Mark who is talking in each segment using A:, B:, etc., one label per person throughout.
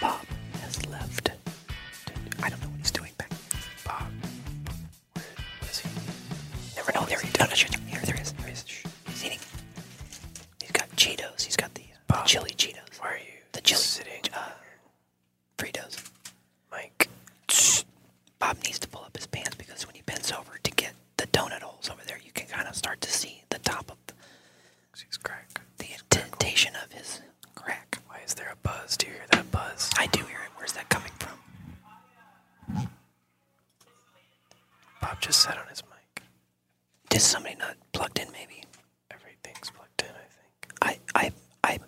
A: Bob has left. I don't know what he's doing back. Bob, where, what is he? Never know. oh, There he is. No, no, shit. Here, there he is. There he is. Shh. He's eating. He's got Cheetos. He's got the, uh, the chili Cheetos. Why are you? The chili sitting? Uh, Fritos. Mike. Shh. Bob needs to pull up his pants because when he bends over to get the donut holes over there, you can kind of start to see the top of the,
B: He's crack.
A: the indentation of his crack.
B: Why is there a buzz? Do you hear that buzz?
A: I do hear it. Where's that coming from?
B: Bob just sat on his mic.
A: Is somebody not plugged in? Maybe.
B: Everything's plugged in, I think.
A: I, I, I.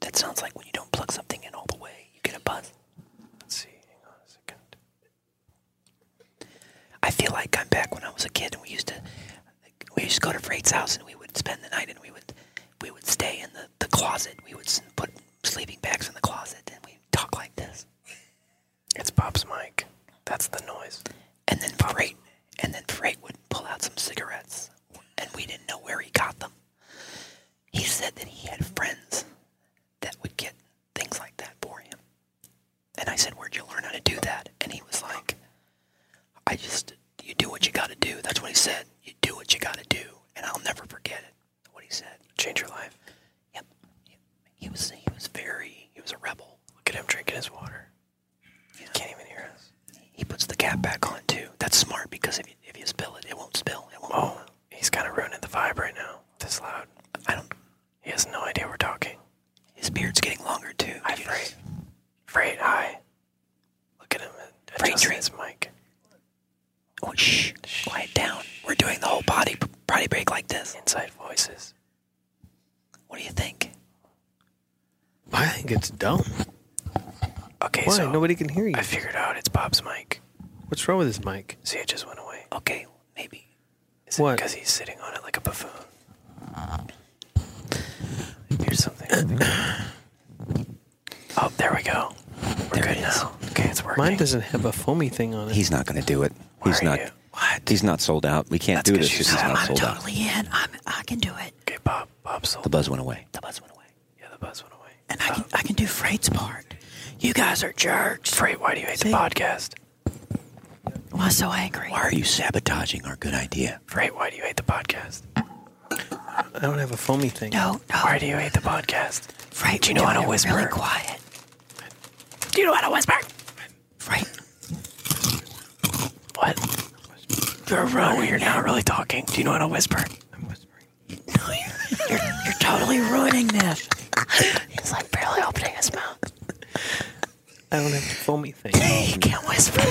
A: That sounds like when you don't plug something in all the way, you get a buzz.
B: Let's see. Hang on a second.
A: I feel like I'm back when I was a kid, and we used to, we used to go to Freight's house, and we would spend the night, and we would, we would stay in the, the closet. We would s- put sleeping bags in the closet, and we talk like this.
B: It's Bob's mic. That's the noise.
A: And then Freight, and then Freight would pull out some cigarettes, and we didn't know where he got them. He said that he had friends that would get things like that for him. And I said, "Where'd you learn how to do that?" And he was like, "I just you do what you got to do." That's what he said. You do what you got to do, and I'll never forget it. What he said.
B: Change your life.
A: Yep. Yep. He was he was very he was a rebel.
B: Look at him drinking his water. He can't even hear us.
A: He puts the cap back on too. That's smart because if you, if you spill it, it won't spill. It won't.
B: Oh, he's kind of ruining the vibe right now. This loud.
A: I don't.
B: He has no idea we're talking.
A: His beard's getting longer too. Did
B: Hi,
A: you
B: Freight.
A: notice?
B: Freight, hi. Look at him
A: Freight
B: adjusting
A: drink.
B: his mic.
A: Oh, shh, quiet down. We're doing the whole body body break like this.
B: Inside voices.
A: What do you think?
C: I think it's dumb.
B: Okay,
C: Why?
B: so
C: Nobody can hear you.
B: I figured out it's Bob's mic.
C: What's wrong with this mic?
B: See, it just went away.
A: Okay, maybe.
B: Is
C: What?
B: Because he's sitting on it like a buffoon. Here's something. I think. oh, there we go. We're
A: There
B: good
A: it is.
B: now. Okay, it's working.
C: Mine doesn't have a foamy thing on it.
D: He's not going to do it.
B: Why
D: he's
B: are
D: not.
B: you- What?
D: He's not sold out. We can't
B: That's
D: do
B: 'cause
D: this.
B: you
D: if He's
B: said
D: not
B: I'm
D: sold out.
E: Totally in. I'm, I can do it.
B: Okay, Bob. Bob sold.
D: The buzz went away.
A: The buzz went away.
B: yeah, the buzz went away.
E: And I can, I can do Freight's part. You guys are jerks.
B: Freight, why do you hate the podcast?
E: Why so angry?
D: Why are you sabotaging our good idea?
B: Freight, why do you hate the podcast?
C: I don't have a foamy thing.
E: No, no.
B: Why do you hate the podcast?
E: Freight,
B: Do you know
E: we're
B: how to
E: doing it
B: whisper?
E: Really quiet.
B: Do you know how to whisper?
E: Freight,
B: What? You're wrong. You're not really talking. Do you know how to whisper?
E: you're totally ruining this.
B: He's like barely opening his mouth.
C: I don't have a foamy thing.
E: He can't whisper.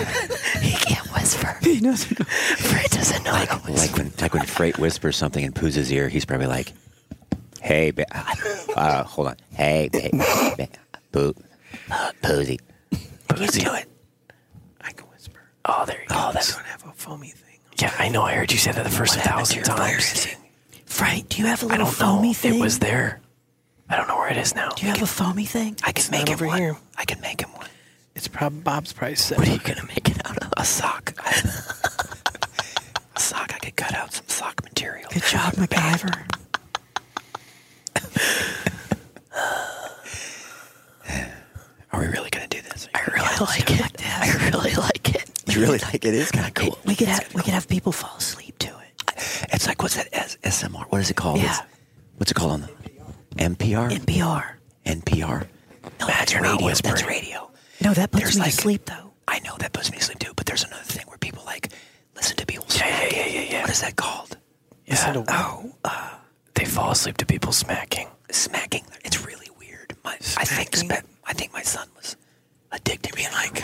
E: He can't whisper. He doesn't. Freight doesn't know how to whisper.
D: Like when, like when Freight whispers something in Pooh's ear, he's probably like, "Hey, ba- uh, hold on. Hey, ba- ba- Pooh, uh, Poozy.
B: But you do it.
C: I can whisper.
F: Oh, there you go.
G: Oh, that's. I don't have a foamy thing.
F: yeah, I know. I heard you say that the first thousand times.
B: Frank, do you have a
F: I
B: little
F: don't
B: foamy
F: know.
B: thing?
F: It was there. I don't know where it is now.
B: do you have a foamy thing?
H: I can make
G: not
H: him
G: over
H: one.
G: here.
H: I can make him one.
G: It's probably Bob's price. set.
H: What are you gonna make it out of? A sock. a sock. I could cut out some sock material.
B: Good job, MacGyver.
H: Are we really gonna do this?
B: I really like it. I really like it.
A: You really like it? It's kind of cool.
B: We could have we could have people fall asleep to it.
A: It's like what's that S- SMR? What is it called?
B: Yeah.
A: It's- what's it called on the NPR?
B: NPR.
A: NPR. No, that's
H: you're
A: radio.
H: not
A: That's
H: whispering.
A: radio.
B: No, that puts
A: There's
B: me
A: like-
B: to sleep though.
A: I know that puts me to sleep too. But there's another thing where people like listen to people. Yeah, yeah, yeah, yeah, What is that called?
G: Is it a-
A: Oh, uh,
F: They fall asleep to people smacking.
A: smacking. It's really weird. My, I think spe- I think my son was addicted, being like,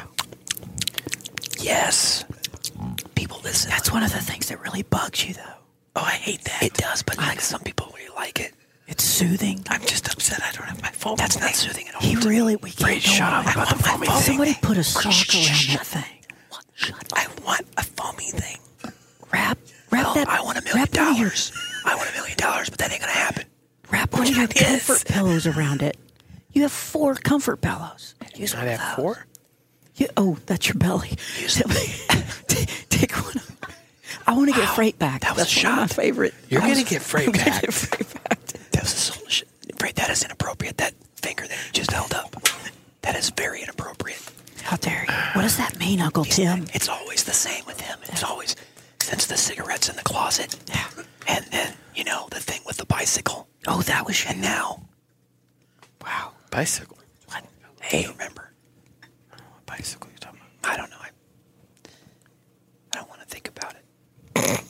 A: yes, people listen.
B: That's one of the things that really bugs you though.
A: oh, I hate that. It does, but like some people really like it.
B: It's soothing.
A: I'm just upset. I don't have my phone. That's not soothing at all.
B: He really we can't go
F: shut
B: on.
F: up about the foamy thing.
B: Somebody put a sock around that thing.
A: I want a foamy thing.
B: Wrap wrap
A: Oh,
B: that.
A: I want a million
B: wrap one of your-
A: dollars. I want a million dollars, but that ain't gonna happen.
B: Wrap one of your
A: Yes.
B: comfort pillows around it. You have four comfort pillows. Use
G: I'd
B: one of
G: have
B: those.
G: four.
B: You, oh, that's your belly. T- Take one. I want to get freight back. That
A: was
B: that's
A: a
B: one of my
A: shot.
B: favorite.
G: You're
B: I was-
G: gonna get freight
B: I'm gonna
G: back.
B: get freight back.
A: That was a soul shit. Right, that is inappropriate. That finger that you just held up. That is very inappropriate.
B: How dare you? What does that mean, Uncle Tim?
A: It's always the same with him. It's always since the cigarettes in the closet.
B: Yeah.
A: And then, you know, the thing with the bicycle.
B: Oh, that was you.
A: And now,
G: Wow. Bicycle.
A: what? Hey, remember?
G: What bicycle you talking about?
A: I don't know. I, I don't want to think about it.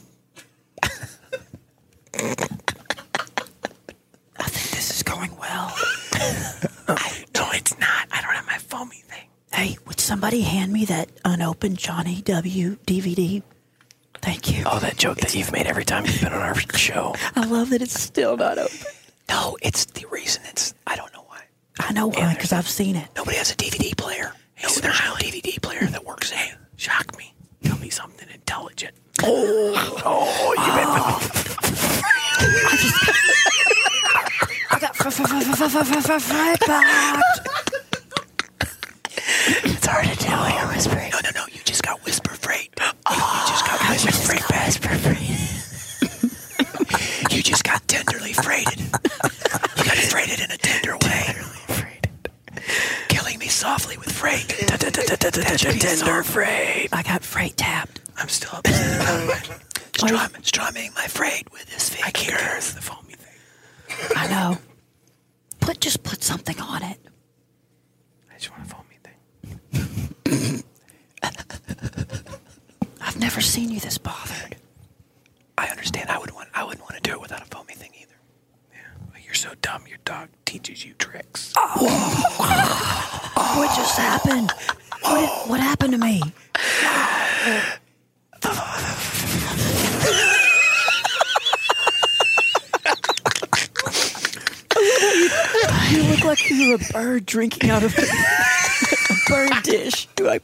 B: I think this is going well.
G: No, it's not. I don't have my foamy thing.
B: Hey, would somebody hand me that unopened Johnny W. DVD? Thank you.
F: Oh, that joke that you've made every time you've been on our show.
B: I love that it's still not open.
A: No, it's the reason it's, I don't know why.
B: I know why, because I've seen it.
A: Nobody has a DVD player. No, there's no DVD player that works. Hey,
F: Shock me. Tell me something intelligent.
B: I got f- f- f- f- f- f- f- f- freight back.
A: it's hard to tell. you're whispering. No, no, no. You just got whisper freight. You- you just got whisper freight. back. you just got tenderly freighted. You got freighted in a tender way. Killing me softly with freight.
F: Tender freight.
B: I got freight tapped.
A: I'm still upset about it. Strum, strumming my freight with this finger. I can't the foamy thing.
B: I know. Put just put something on it.
G: I just want a foamy thing.
B: I've never seen you this bothered.
A: I understand. I would want. I wouldn't want to do it without a foamy thing either.
G: Well, you're so dumb. Your dog teaches you tricks.
B: What just happened? What, what happened to me? you look like you were a bird drinking out of a, a bird dish. Do I?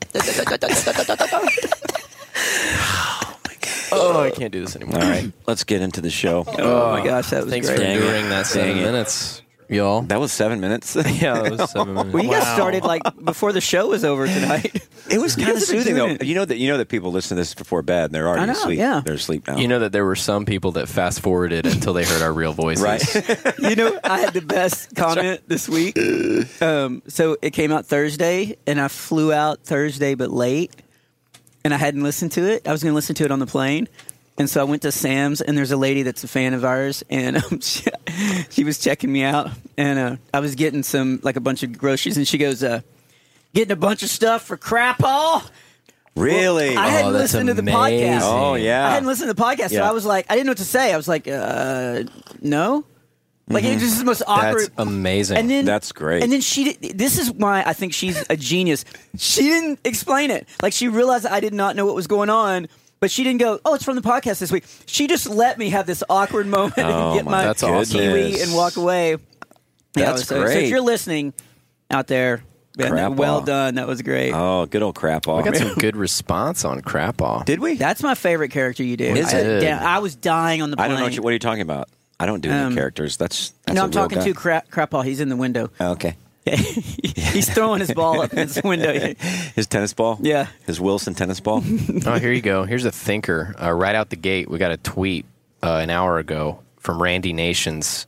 I: Oh, I can't do this anymore.
A: All right, let's get into the show.
I: Oh my gosh, that was Thanks
A: great.
I: for
A: Dang it.
I: enduring that seven
A: Dang it.
I: minutes, y'all.
A: That was seven minutes.
I: yeah, that was seven minutes.
E: Well, you guys started like before the show was over tonight.
A: It was kind of
E: guys have been
A: soothing, though.
E: doing it.
A: You know that you know that people listen to this before bed. and They're already
E: I know,
A: asleep.
E: yeah.
A: They're asleep now.
I: You know that there were some people that fast forwarded until they heard our real voices.
A: right?
E: you know, I had the best comment this week. Um, so it came out Thursday, and I flew out Thursday but late, and I hadn't listened to it. I was going to listen to it on the plane. And so I went to Sam's, and there's a lady that's a fan of ours, and um, she, she was checking me out. And uh, I was getting some, like a bunch of groceries, and she goes, uh, Getting a bunch of stuff for crap all?
A: really?
E: I hadn't
I: Oh, that's
E: listened to the podcast.
I: amazing.
A: oh
E: I
A: yeah.
E: hadn't listened to the podcast, so
A: Yeah.
E: I was like, I didn't know what to say. I was like, uh, no. Like
D: Mm-hmm.
E: it was just the most awkward.
I: That's amazing.
E: and then
A: That's great.
E: And then she. di- This is why I think she's a genius. She didn't explain it. Like she realized I did not know what was going on, but she didn't go. Oh, it's from the podcast this week. She just let me have this awkward moment
A: Oh,
E: and get
A: my
E: my,
I: that's
E: kiwi
I: awesome.
A: goodness.
E: and walk away. Yeah,
A: That's
E: so, so if
A: great.
E: you're listening out there, man.
D: Crap
E: well
D: off.
E: done. That was great.
D: Oh, good old crap off.
I: Got some good response on crap off.
D: Did we?
E: That's my favorite character you did.
D: Is
E: I,
I: it?
E: da- I was dying on the plane.
D: I don't know what, you, what are you talking about. I don't do
E: Um,
D: any characters. That's, that's
E: no,
D: a
E: I'm
D: real
E: talking
D: guy.
E: to Cra- Crapaw. He's in the window.
D: Oh, okay.
E: He's throwing his ball up in his window.
D: His tennis ball.
E: Yeah.
D: His Wilson tennis ball.
I: Oh, here you go. Here's a thinker. Uh, right out the gate, we got a tweet uh, an hour ago from Randy Nations.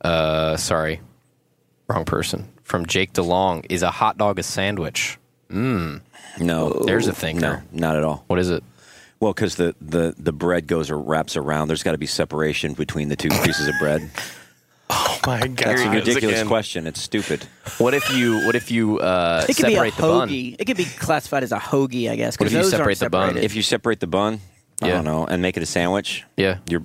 I: Uh, sorry, wrong person. From Jake DeLong. Is a hot dog a sandwich?
D: no.
I: Hmm. There's a thinker.
D: No, not at all.
I: What is it?
D: Well, because the, the, the bread goes or wraps around. There's got to be separation between the two pieces of bread.
C: Oh
I: My God,
D: That's a ridiculous question. It's stupid.
I: What if you? What if you uh,
E: It could be a
I: separate the bun?
E: hoagie. It could be classified as a hoagie, I guess.
I: What
E: 'cause
I: if you
E: those aren't
I: separate the bun?
E: separated.
D: If you separate the bun, I
I: Yeah.
D: don't know, and make it a sandwich.
I: Yeah.
D: You're,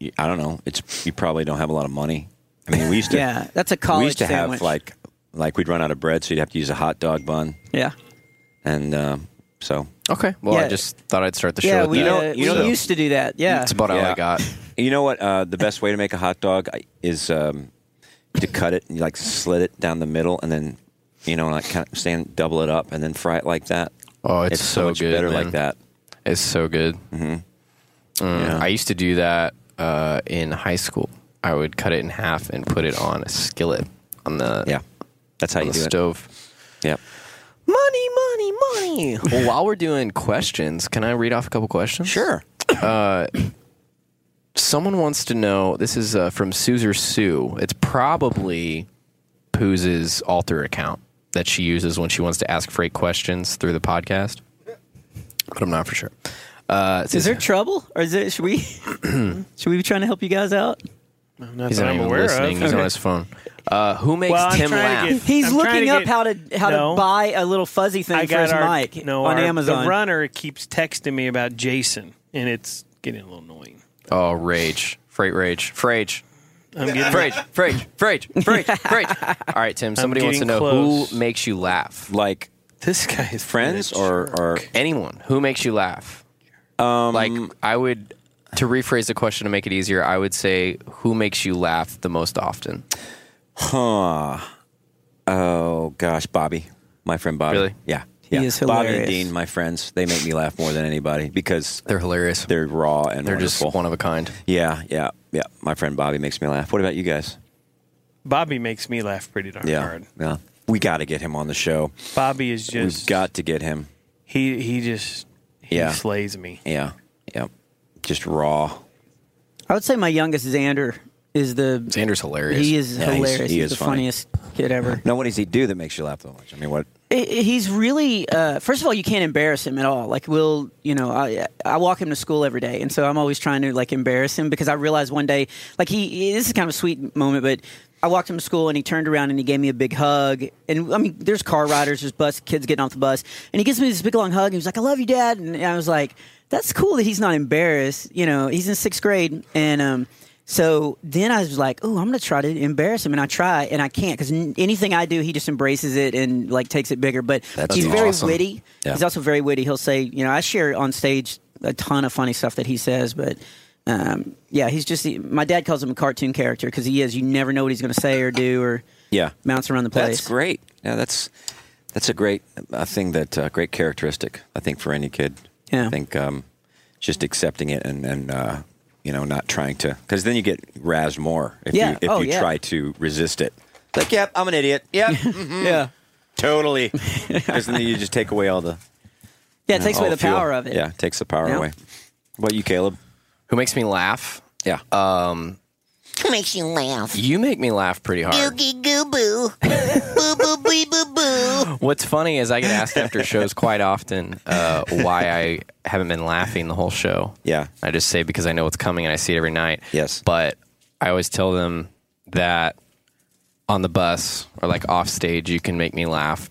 D: you, I don't know. It's you probably don't have a lot of money. I mean, we used to.
E: yeah, that's a college
D: we used to
E: sandwich.
D: have like like we'd run out of bread, so you'd have to use a hot dog bun,
E: yeah.
D: and um so
I: Okay. Well, I
E: Yeah.
I: just thought I'd start the show.
E: Yeah,
I: with
E: we,
I: that.
E: uh,
D: you
E: we
D: know the-
E: used to do that. Yeah.
I: That's about all
D: Yeah.
I: I got.
D: You know what? Uh, the best way to make a hot dog is um, to cut it and you like slit it down the middle, and then you know, like kind of stand, double it up, and then fry it like that.
I: Oh, it's,
D: it's so,
I: so
D: much
I: good.
D: better
I: man.
D: like that.
I: It's so good. Mm-hmm.
D: Yeah.
I: I used to do that uh, in high school. I would cut it in half and put it on a skillet on the
D: Yeah, that's how
I: on
D: you
I: the
D: do
I: stove.
D: it. Yep.
I: Money, money, money. well, while we're doing questions, can I read off a couple questions? Uh,
D: Sure.
I: Someone wants to know. This is uh, from Suzer Sue. It's probably Pooh's alter account that she uses when she wants to ask Freight questions through the podcast, but I'm not for sure. Uh, it
E: is
I: says-
E: there trouble, or is it? Should we? should we be trying to help you guys out?
I: He's not
C: I'm
I: even
C: aware of.
I: listening. He's on his phone. Uh, who makes
C: Well, I'm
I: Tim
C: trying to
I: laugh?
C: get-
E: He's
C: I'm trying
E: looking
C: to
E: up
C: get-
E: how to how
C: No.
E: to buy a little fuzzy thing
C: I
E: for his
C: got our
E: mic
C: no
E: on
C: our-
E: Amazon.
C: The runner keeps texting me about Jason, and it's getting a little annoying.
I: oh, rage, freight rage, frage,
C: I'm getting
I: frage, frage, frage, frage, frage. All right, Tim. Somebody wants to
C: getting
I: know
C: close.
I: who makes you laugh.
D: Like
C: this guy is
D: friends
C: being a
D: or
C: jerk.
D: or Um,
I: Anyone who makes you laugh. like I would. To rephrase the question to make it easier, I would say, "Who makes you laugh the most often?"
D: oh gosh, Bobby, my friend Bobby.
I: Really?
D: Yeah. Yeah.
E: is
D: Bobby and
E: hilarious.
D: Dean, my friends, they make me laugh more than anybody because
I: They're hilarious. They're,
D: they're raw and
I: just
D: wonderful.
I: one of a kind.
D: yeah, yeah, yeah. My friend Bobby makes me laugh. What about you guys?
C: Bobby makes me laugh pretty darn
D: Yeah,
C: hard.
D: yeah. We got to get him on the show.
C: Bobby is
D: We've
C: just
D: got to get him.
C: he he just he
D: Yeah.
C: slays me.
D: Yeah, yeah. Just raw.
E: I would say my youngest Xander is the
I: Xander's hilarious.
E: he is
D: Yeah, he's-
E: hilarious.
D: he
E: he's
D: is
E: the
D: funny.
E: funniest kid ever.
D: Now, what does he do that makes you laugh so much? I mean, what?
E: I- He's really. Uh, first of all, you can't embarrass him at all. Like, we'll, you know, I I walk him to school every day, and so I'm always trying to like embarrass him because I realized one day, like he, this is kind of a sweet moment, but I walked him to school and he turned around and he gave me a big hug. And I mean, there's car riders, there's bus kids getting off the bus, and he gives me this big long hug. And he was like, "I love you, Dad," and I was like, "That's cool that he's not embarrassed." You know, he's in sixth grade, and um, so then I was like, "Oh, I'm gonna try to embarrass him," and I try, and I can't because anything I do, he just embraces it and like takes it bigger. But
D: That's
E: he's very
D: awesome.
E: witty.
D: Yeah.
E: He's also very witty. He'll say, you know, I share on stage a ton of funny stuff that he says, but. Um, yeah, he's just my dad calls him a cartoon character because he is. You never know what he's going to say or do or
D: Yeah,
E: bounce around the place.
D: that's great. Yeah, that's that's a great uh, thing. That uh, great characteristic. I think for any kid.
E: Yeah.
D: I think um, just accepting it and and uh, you know not trying to because then you get razzed more if
E: Yeah.
D: you if
E: Oh,
D: you
E: yeah.
D: try to resist it. Like, yep, I'm an idiot. Yep, mhm,
E: Yeah,
D: totally. Because then you just take away all the
E: yeah. It takes away
D: all
E: the
D: fuel.
E: power of it.
D: Yeah, takes the power
E: Yeah.
D: away. What you, Caleb?
I: Who makes me laugh? Um,
D: Yeah.
J: Who makes you laugh?
I: You make me laugh pretty hard.
J: Oogie goo boo. boo boo bee boo boo.
I: What's funny is I get asked after shows quite often uh, why I haven't been laughing the whole show.
D: Yeah.
I: I just say because I know what's coming and I see it every night.
D: Yes.
I: But I always tell them that on the bus or like off stage, you can make me laugh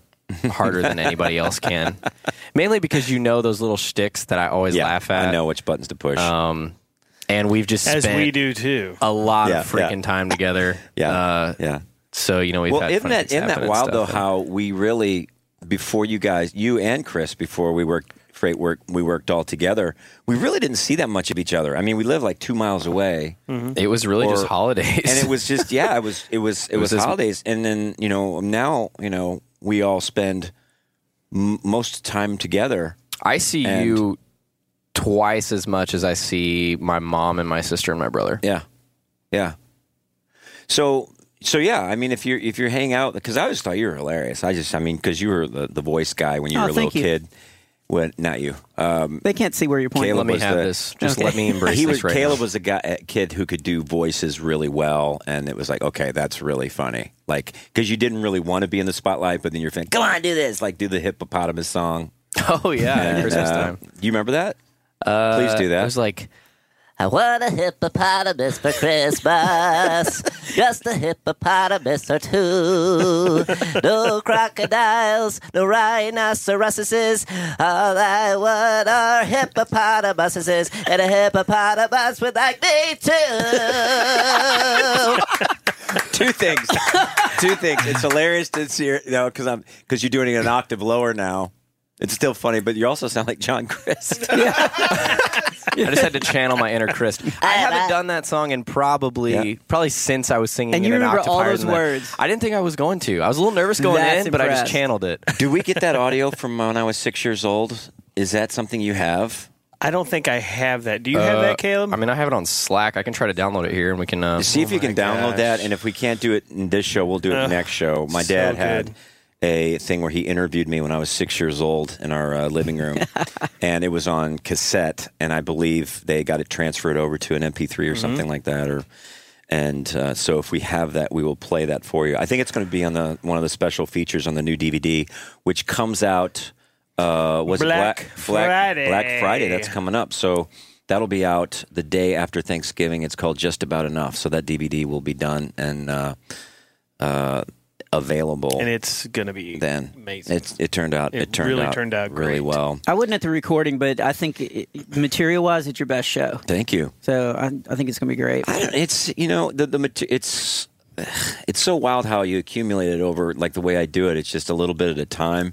I: harder than anybody else can. Mainly because you know those little shticks that I always
D: yeah.
I: laugh at. Um,
D: I know which buttons to push.
I: And we've just
C: As
I: spent
C: we do too.
I: a lot
D: Yeah,
I: of freaking
D: yeah.
I: time together.
D: yeah,
I: Uh,
D: yeah.
I: So, you know, we've
D: Well,
I: had
D: isn't
I: fun
D: that
I: things
D: isn't
I: happen
D: that
I: and
D: wild
I: stuff,
D: though?
I: and-
D: How we really before you guys, you and Chris, before we worked freight work, we worked all together. We really didn't see that much of each other. I mean, we lived like two miles away,
I: Mm-hmm. It was really just
D: Mm-hmm. Or-
I: holidays.
D: and it was just yeah, it was it was it, was,
I: was this-
D: holidays, and then you know now you know we all spend m- most time together.
I: I see
D: And-
I: you twice as much as I see my mom and my sister and my brother.
D: Yeah, yeah. So, so yeah. I mean, if you're if you're hanging out, because I always thought you were hilarious. I just, I mean, because you were the, the voice guy when you
E: Oh,
D: were a little
E: thank you.
D: kid. When not you, um,
E: They can't see where you're pointing.
D: Caleb
I: Let me
D: was
I: have
D: the-
I: this. Just
E: Okay.
I: let me embrace
D: he
I: this
D: was
I: right
D: Caleb
I: now.
D: was a guy a kid who could do voices really well, and it was like, okay, that's really funny. Like, because you didn't really want to be in the spotlight, but then you're thinking, come on, do this, like do the hippopotamus song.
I: oh yeah, at
D: And,
I: Christmas
D: uh,
I: time. Uh,
D: You remember that? Please do
I: It
D: that.
I: was like
K: I want a hippopotamus for Christmas. Just a hippopotamus or two. No crocodiles, no rhinoceroses. All I want are hippopotamuses. And a hippopotamus would like me too.
D: two things. two things. It's hilarious to see you know, because I'm because you're doing it an octave lower now. It's still funny, but you also sound like John Chris.
I: I just had to channel my inner Chris. I haven't done that song in probably
D: Yeah.
I: probably since I was singing.
E: And
I: it
E: you
I: in
E: remember
I: octave
E: all
I: higher
E: those
I: than that.
E: words.
I: I didn't think I was going to. I was a little nervous going
E: That's
I: in, but I just
E: impressed.
I: channeled it.
D: do we get that audio from when I was six years old? Is that something you have?
C: I don't think I have that. Do you have that, Caleb?
I: Uh, I mean, I have it on Slack. I can try to download it here, and we can. Uh,
D: See if you can download that, and if we can't do it in this show, we'll do it
C: Ugh,
D: next show. My
C: so
D: dad had
C: good.
D: a thing where he interviewed me when I was six years old in our uh, living room, and it was on cassette, and I believe they got it transferred over to an MP3 or
I: Mm-hmm.
D: something like that, or. And uh, so, if we have that, we will play that for you. I think it's going to be on the one of the special features on the new DVD, which comes out. Uh, was
C: Black
D: it Black
C: Friday.
D: Black Friday. That's coming up. So that'll be out the day after Thanksgiving. It's called Just About Enough. So that DVD will be done and uh, uh, available.
C: and it's gonna be
D: then
C: amazing.
D: It's, it turned out. It,
C: It
D: turned
C: really
D: out
C: turned out
D: really
C: great.
D: well.
E: I wouldn't at the recording, but I think it, material wise, it's your best show.
D: Thank you.
E: So I, I think it's gonna be great.
D: I don't, it's you know the the mater- it's it's so wild how you accumulate it over like the way I do it. It's just a little bit at a time,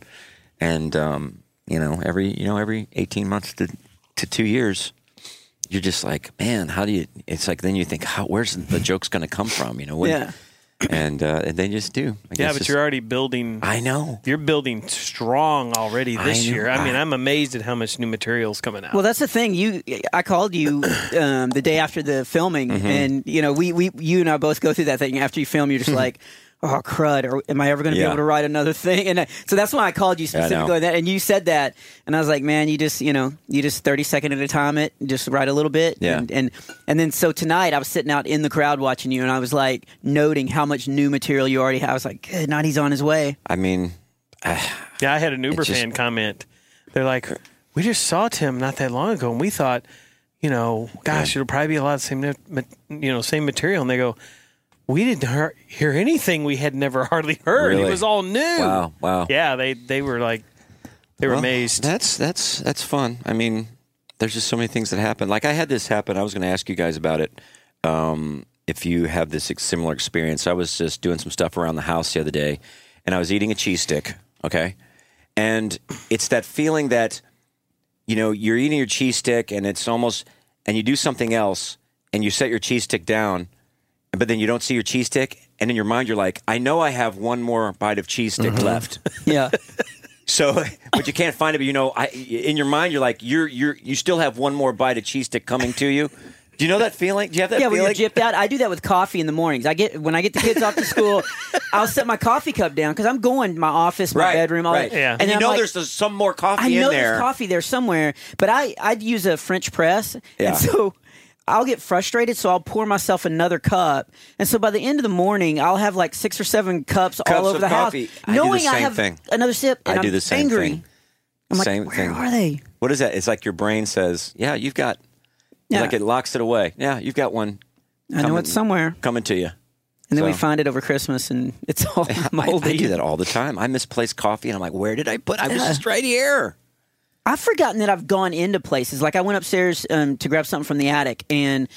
D: and um, you know every you know every eighteen months to to two years, you're just like man, how do you? It's like then you think how where's the joke's going to come from? You know, when,
E: Yeah.
D: and uh, and they just do. I
C: yeah,
D: guess
C: but
D: it's-
C: you're already building.
D: I know.
C: You're building strong already
D: I
C: this
D: know.
C: year. I mean,
D: I-
C: I'm amazed at how much new material's coming out.
E: Well, that's the thing. You, I called you um, the day after the filming,
D: Mm-hmm.
E: and you know, we, we, you and I both go through that thing. After you film, you're just like, "Oh crud, or, am I ever going to
D: Mm-hmm. Yeah.
E: be able to write another thing?" And I, so that's why I called you
D: I know.
E: specifically. on That, and you said that, and I was like, "Man, you just, you know, you just thirty second at a time. It just write a little bit,
D: Yeah.
E: And, and and then so tonight, I was sitting out in the crowd watching you, and I was like noting how much new material you already have. I was like, "Good night, he's on his way."
D: I mean,
C: Yeah, I had an Uber
D: It's just-
C: fan comment. They're like, we just saw Tim not that long ago, and we thought, you know, gosh, it'll probably be a lot of same, ma- you know, same material. And they go, we didn't hear, hear anything we had never hardly heard. It
D: Really?
C: was all new.
D: wow, wow.
C: Yeah, they they were like, they were
D: Well,
C: amazed.
D: That's that's that's fun. I mean, there's just so many things that happen. Like I had this happen. I was going to ask you guys about it. Um, if you have this ex- similar experience, I was just doing some stuff around the house the other day, and I was eating a cheese stick. Okay, and it's that feeling that you know you're eating your cheese stick, and it's almost, and you do something else, and you set your cheese stick down, but then you don't see your cheese stick, and in your mind you're like, I know I have one more bite of cheese stick left.
E: Yeah,
D: So, but you can't find it. But you know, I, in your mind, you're like, you're, you're, you still have one more bite of cheese stick coming to you. Do you know that feeling? Do you have that
E: yeah, when
D: feeling?
E: you're gypped out, I do that with coffee in the mornings. I get when I get the kids off to school, I'll set my coffee cup down because I'm going to my office, my
D: Right,
E: bedroom, all
D: right.
E: that.
C: Yeah.
E: and
D: and you
E: I'm
D: know,
E: like,
D: there's some more coffee
E: I know
D: in
E: there's
D: there.
E: coffee there somewhere, but I I'd use a French press,
D: Yeah.
E: and so. I'll get frustrated, so I'll pour myself another cup, and so by the end of the morning, I'll have like six or seven cups,
D: Cups
E: all over
D: of
E: the
D: coffee.
E: house,
D: I do the
E: knowing I
D: same
E: have
D: thing.
E: another sip. And
D: I do
E: am
D: the same
E: angry.
D: thing.
E: I'm like,
D: same
E: where
D: thing.
E: are they?
D: What is that? It's like your brain says, "Yeah, you've got."
E: Yeah.
D: Like it locks it away. Yeah, you've got one
E: I know
D: coming-
E: it's somewhere,
D: coming to you.
E: and then we
D: so-
E: find it over Christmas, and it's all
D: I,
E: moldy.
D: I do that all the time. I misplace coffee, and I'm like, "Where did I put? I was just right here."
E: Uh-huh. I've forgotten that I've gone into places. Like I went upstairs um, to grab something from the attic, and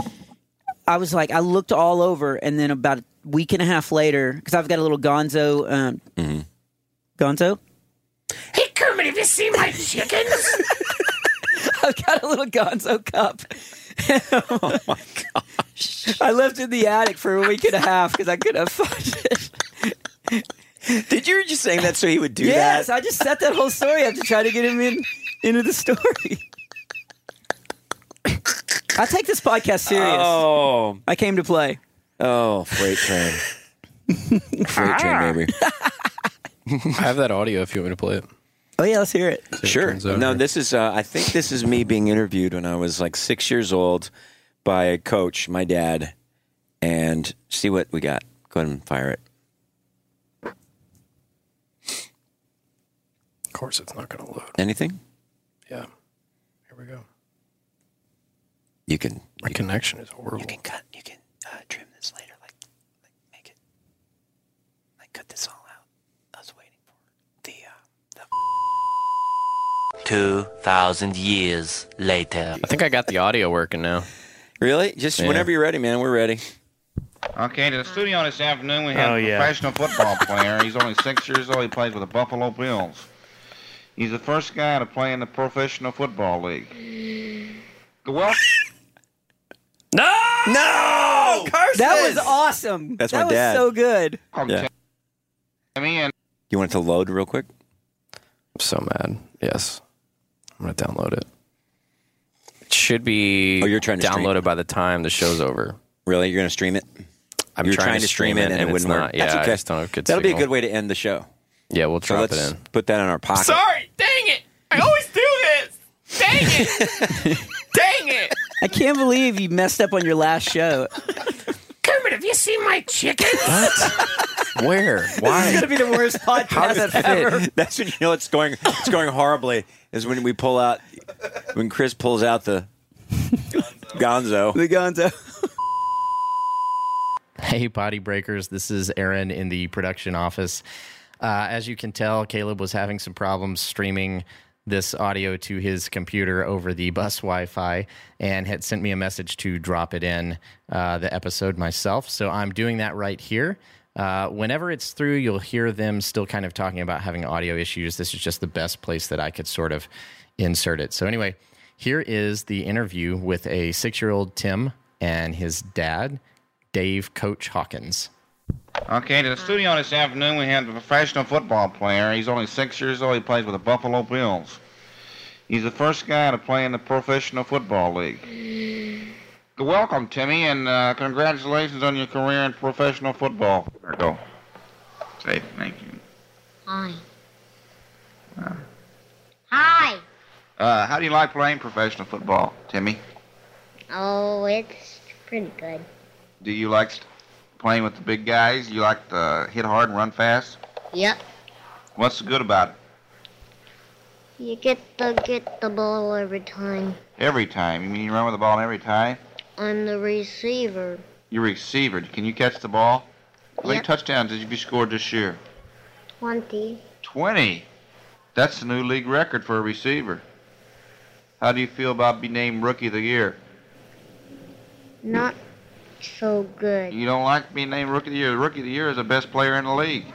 E: I was like, I looked all over, and then about a week and a half later, because I've got a little Gonzo, um,
D: Mm-hmm.
E: Gonzo.
J: Hey, Kermit, have you seen my chickens?
E: I've got a little Gonzo cup. oh my gosh! I left it in the attic for a week and a half because I couldn't find it.
K: Did you were just saying that so he would do
E: yes,
K: that?
E: I just set that whole story up to try to get him in into the story. I take this podcast serious.
D: Oh,
E: I came to play.
D: oh, freight train. freight train, baby.
I: I have that audio if you want me to play it.
E: Oh yeah, let's hear it.
D: Sure.
I: turns over.
D: No, this is. Uh, I think this is me being interviewed when I was like six years old by a coach, my dad, and see what we got. Go ahead and fire it.
I: Of course, it's not going to load.
D: Anything
I: Yeah. Here we go.
D: you can.
I: My connection is horrible.
K: You can cut. You can uh, trim this later. Like, like make it. Like, cut this all out. I was waiting for the. Uh, the
B: 2,000 years later.
I: I think I got the audio working now.
D: Really? Just
I: Yeah.
D: whenever you're ready, man. We're ready.
L: Okay, to the studio this afternoon, we have
C: Oh,
L: a
C: yeah.
L: professional football player. He's only six years old. He plays with the Buffalo Bills. He's the first guy to play in the Professional Football League. The wel-
D: No.
E: That was awesome.
D: That's
E: that
D: my
E: was
D: dad.
E: so good.
D: Yeah.
L: okay. Me and
D: You want it to load real quick?
I: I'm so mad. Yes. I'm going to download it. It should be
D: Oh, you're trying to stream
I: downloaded by the time the show's over.
D: Really? You're going to stream it?
I: I'm
D: You're trying to stream it and it
I: it's
D: wouldn't work.
I: not. Yeah,
D: That's
I: I
D: okay.
I: just don't have good
D: That'll be a
I: signal.
D: good way to end the show.
I: Yeah, we'll
D: So
I: drop it
D: let's
I: in.
D: put that in our pocket.
B: Sorry! Dang it! I always do this! Dang it! Dang it!
E: I can't believe you messed up on your last show.
B: Kermit, have you seen my chicken?
I: Where?
E: This is
I: Why?
E: gonna be the worst podcast ever.
D: That's when you know it's going it's going horribly is when we pull out when Chris pulls out the Gonzo.
E: The Gonzo.
M: Hey, Body Breakers. This is Aaron in the production office. Uh, as you can tell, Caleb was having some problems streaming this audio to his computer over the bus Wi Fi and had sent me a message to drop it in uh, the episode myself. So I'm doing that right here. Uh, whenever it's through, you'll hear them still kind of talking about having audio issues. This is just the best place that I could sort of insert it. So, anyway, here is the interview with a six year old Tim and his dad, Dave Coach Hawkins.
L: Okay, to the studio this afternoon, we have a professional football player. He's only six years old. He plays with the Buffalo Bills. He's the first guy to play in the Professional Football League. Welcome, Timmy, and uh, congratulations on your career in professional football. There you go. Say thank you.
N: Hi.
L: Ah.
N: Hi.
L: Uh, how do you like playing professional football, Timmy?
N: Oh, it's pretty good.
L: Do you like st- playing with the big guys? You like to hit hard and run fast?
N: Yep.
L: What's good about it?
N: You get the get the ball every time.
L: Every time. You mean you run with the ball every time?
N: I'm the receiver.
L: Your receiver, can you catch the ball? How many
N: Yep.
L: touchdowns did you score this year?
N: Twenty.
L: 20. That's the new league record for a receiver. How do you feel about being named Rookie of the Year?
N: Not so good.
L: You don't like being named Rookie of the Year. The Rookie of the Year is the best player in the league.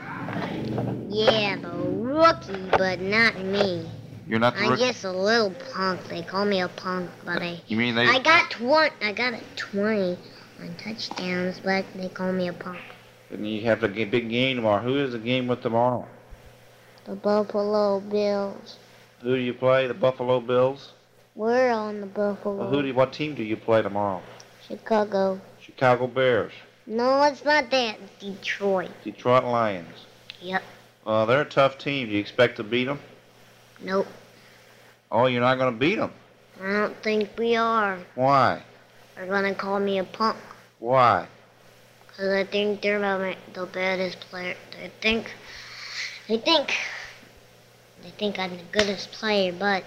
N: Yeah, the rookie, but not me.
L: You're not the
N: I'm
L: rookie.
N: just a little punk. They call me a punk, but I
L: You mean they.
N: I got twenty. I got a twenty on touchdowns, but they call me a punk.
L: and you have the g- big game tomorrow. Who is the game with tomorrow?
N: The Buffalo Bills.
L: Who do you play? The Buffalo Bills?
N: We're on the Buffalo.
L: Well, who do you, what team do you play tomorrow?
N: Chicago.
L: Chicago Bears,
N: No, it's not that. It's Detroit.
L: Detroit Lions.
N: Yep.
L: Uh, they're a tough team. Do you expect to beat them?
N: Nope.
L: Oh, you're not going to beat them.
N: I don't think we are.
L: Why?
N: They're gonna call me a punk.
L: Why?
N: 'Cause I think they're my, the baddest player. They think, they think, they think I'm the goodest player, but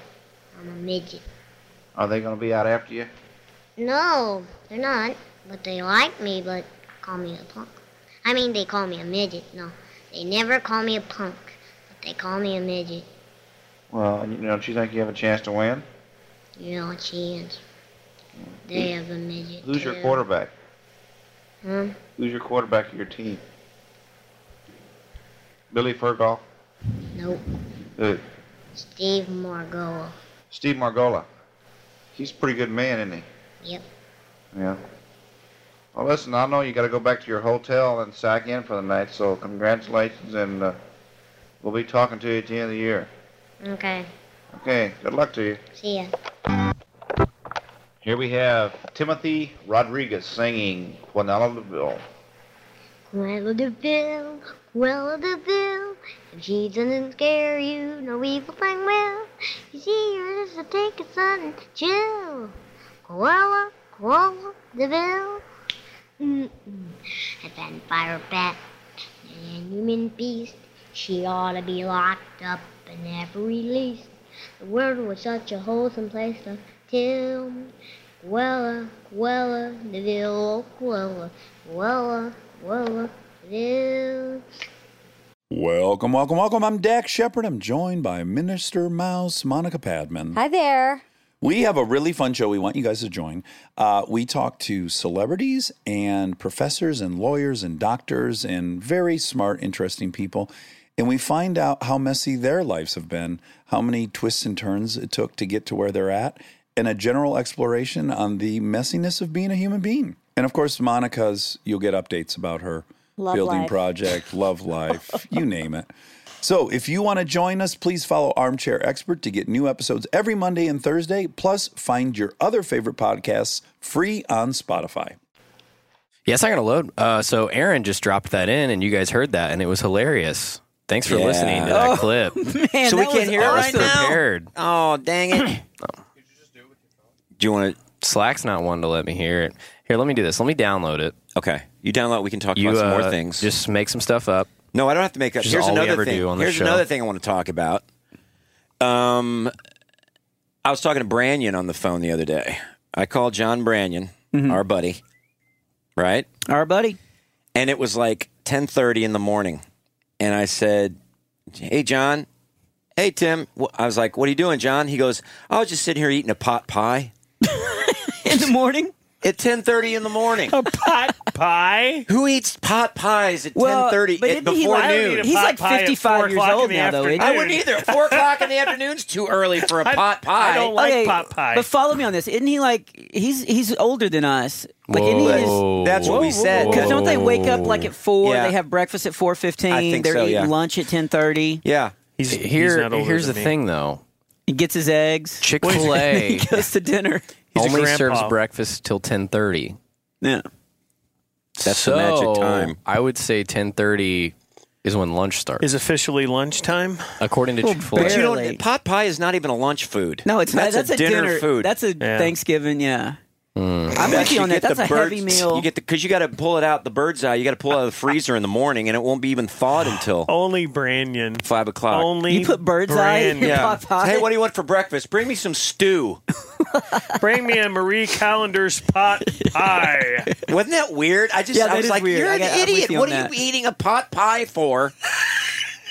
N: I'm a midget.
L: Are they going to be out after you?
N: No, they're not. But they like me, but call me a punk. I mean, they call me a midget. No, they never call me a punk. But they call me a midget.
L: Well, you know, do you think you have a chance to win?
N: You know, chance. They have a midget.
L: Who's your
N: too.
L: quarterback?
N: Huh?
L: Who's your quarterback of your team? Billy Fergal?
N: Nope.
L: Who?
N: Steve Margola.
L: Steve Margola. He's a pretty good man, isn't he?
N: Yep.
L: Yeah. Well, listen, I know you got to go back to your hotel and sack in for the night, so congratulations, and uh, we'll be talking to you at the end of the year.
N: Okay.
L: Okay, good luck to you.
N: See ya.
L: Here we have Timothy Rodriguez singing Juanella DeVille.
N: Well, the bill, well, the bill. If she doesn't scare you, no evil thing will. You see, you're just a take a sudden chill. Koala, koala, the bill. Mm-mm. A vampire bat, a human beast. She ought to be locked up and never released. The world was such a wholesome place until Quella, Quella, Neville, Quella, Quella, Quella, Neville.
O: Welcome, welcome, welcome. I'm Dak Shepard. I'm joined by Minister Mouse Monica Padman.
P: Hi there.
O: We have a really fun show we want you guys to join. Uh, we talk to celebrities and professors and lawyers and doctors and very smart, interesting people. And we find out how messy their lives have been, how many twists and turns it took to get to where they're at, and a general exploration on the messiness of being a human being. And of course, Monica's, you'll get updates about her
P: Love
O: building
P: life.
O: project, love life, you name it. So if you want to join us, please follow Armchair Expert to get new episodes every Monday and Thursday. Plus, find your other favorite podcasts free on Spotify.
I: Yeah, it's not going to load. Uh, so Aaron just dropped that in, and you guys heard that, and it was hilarious. Thanks for
D: Yeah.
I: listening to that
D: Oh,
I: clip.
D: man, So we that can't was hear it right now?
I: Prepared.
D: Oh, dang it.
I: Do you want to? Slack's not one to let me hear it. Here, let me do this. Let me download it. uh,
D: Okay, you download. We can talk about some more things.
I: Just make some stuff up.
D: No, I don't have to make up.
I: Which is
D: Here's
I: all we
D: another
I: ever
D: thing.
I: do on this
D: Here's
I: show.
D: another thing I want to talk about. Um, I was talking to Branyon on the phone the other day. I called John Branyon, our buddy, right?
E: Our buddy.
D: And it was like 10:30 in the morning, and I said, "Hey, John. Hey, Tim." Wh- I was like, "What are you doing, John?" He goes, "I was just sitting here eating a pot pie."
E: in the morning.
D: At ten thirty in the morning, a
C: pot pie.
D: Who eats pot pies at
E: Well,
D: ten thirty
E: but isn't
D: before
E: he like- I don't eat
D: noon?
E: a He's pot like pie at 55 four years o'clock in old the now, though, isn't he?
D: I wouldn't either. Four o'clock in the afternoon's too early for a pot pie.
E: Okay, But follow me on this. Isn't he like he's he's older than us? Like isn't he
D: Whoa. That's what we said.
E: Because don't they wake up like at four?
D: Yeah.
E: They have breakfast at four
D: I
E: fifteen.
D: think
E: They're
D: so,
E: eating
D: yeah.
E: lunch at ten thirty.
D: Yeah.
I: He's, Here, here's the thing, though.
E: He gets his eggs.
I: Chick Fil A
E: He goes to dinner.
I: only serves breakfast till ten thirty.
E: Yeah,
D: That's the magic time.
I: I would say ten thirty is when lunch starts.
C: Is officially lunchtime,
I: according to Chick Fil
D: But you
I: A.
D: don't. Pot pie is not even a lunch food.
E: No, it's not. That's
D: that's, a,
E: a
D: dinner,
E: dinner-
D: food. Hmm.
E: that's a Yeah. Thanksgiving. Yeah. I'm
D: You
E: with you
D: actually
E: on that.
D: get
E: That's
D: the
E: a heavy
D: bird's-
E: meal.
D: You get because you got to pull it out the bird's eye. You got to pull it out of the freezer in the morning, and it won't be even thawed until
C: only Branyon
D: five o'clock.
C: Only You put bird's eye in Bran- your pot pie?
D: Hey, what do you want for breakfast? Bring me some stew.
C: Bring me a Marie Callender's pot pie.
D: Wasn't that weird? I just
C: Yeah,
D: I
C: that
D: was
C: is
D: like,
C: weird.
D: you're
C: I
D: an
C: got- I'm with
D: idiot.
C: you
D: What
C: on
D: are
C: that.
D: you eating a pot pie for?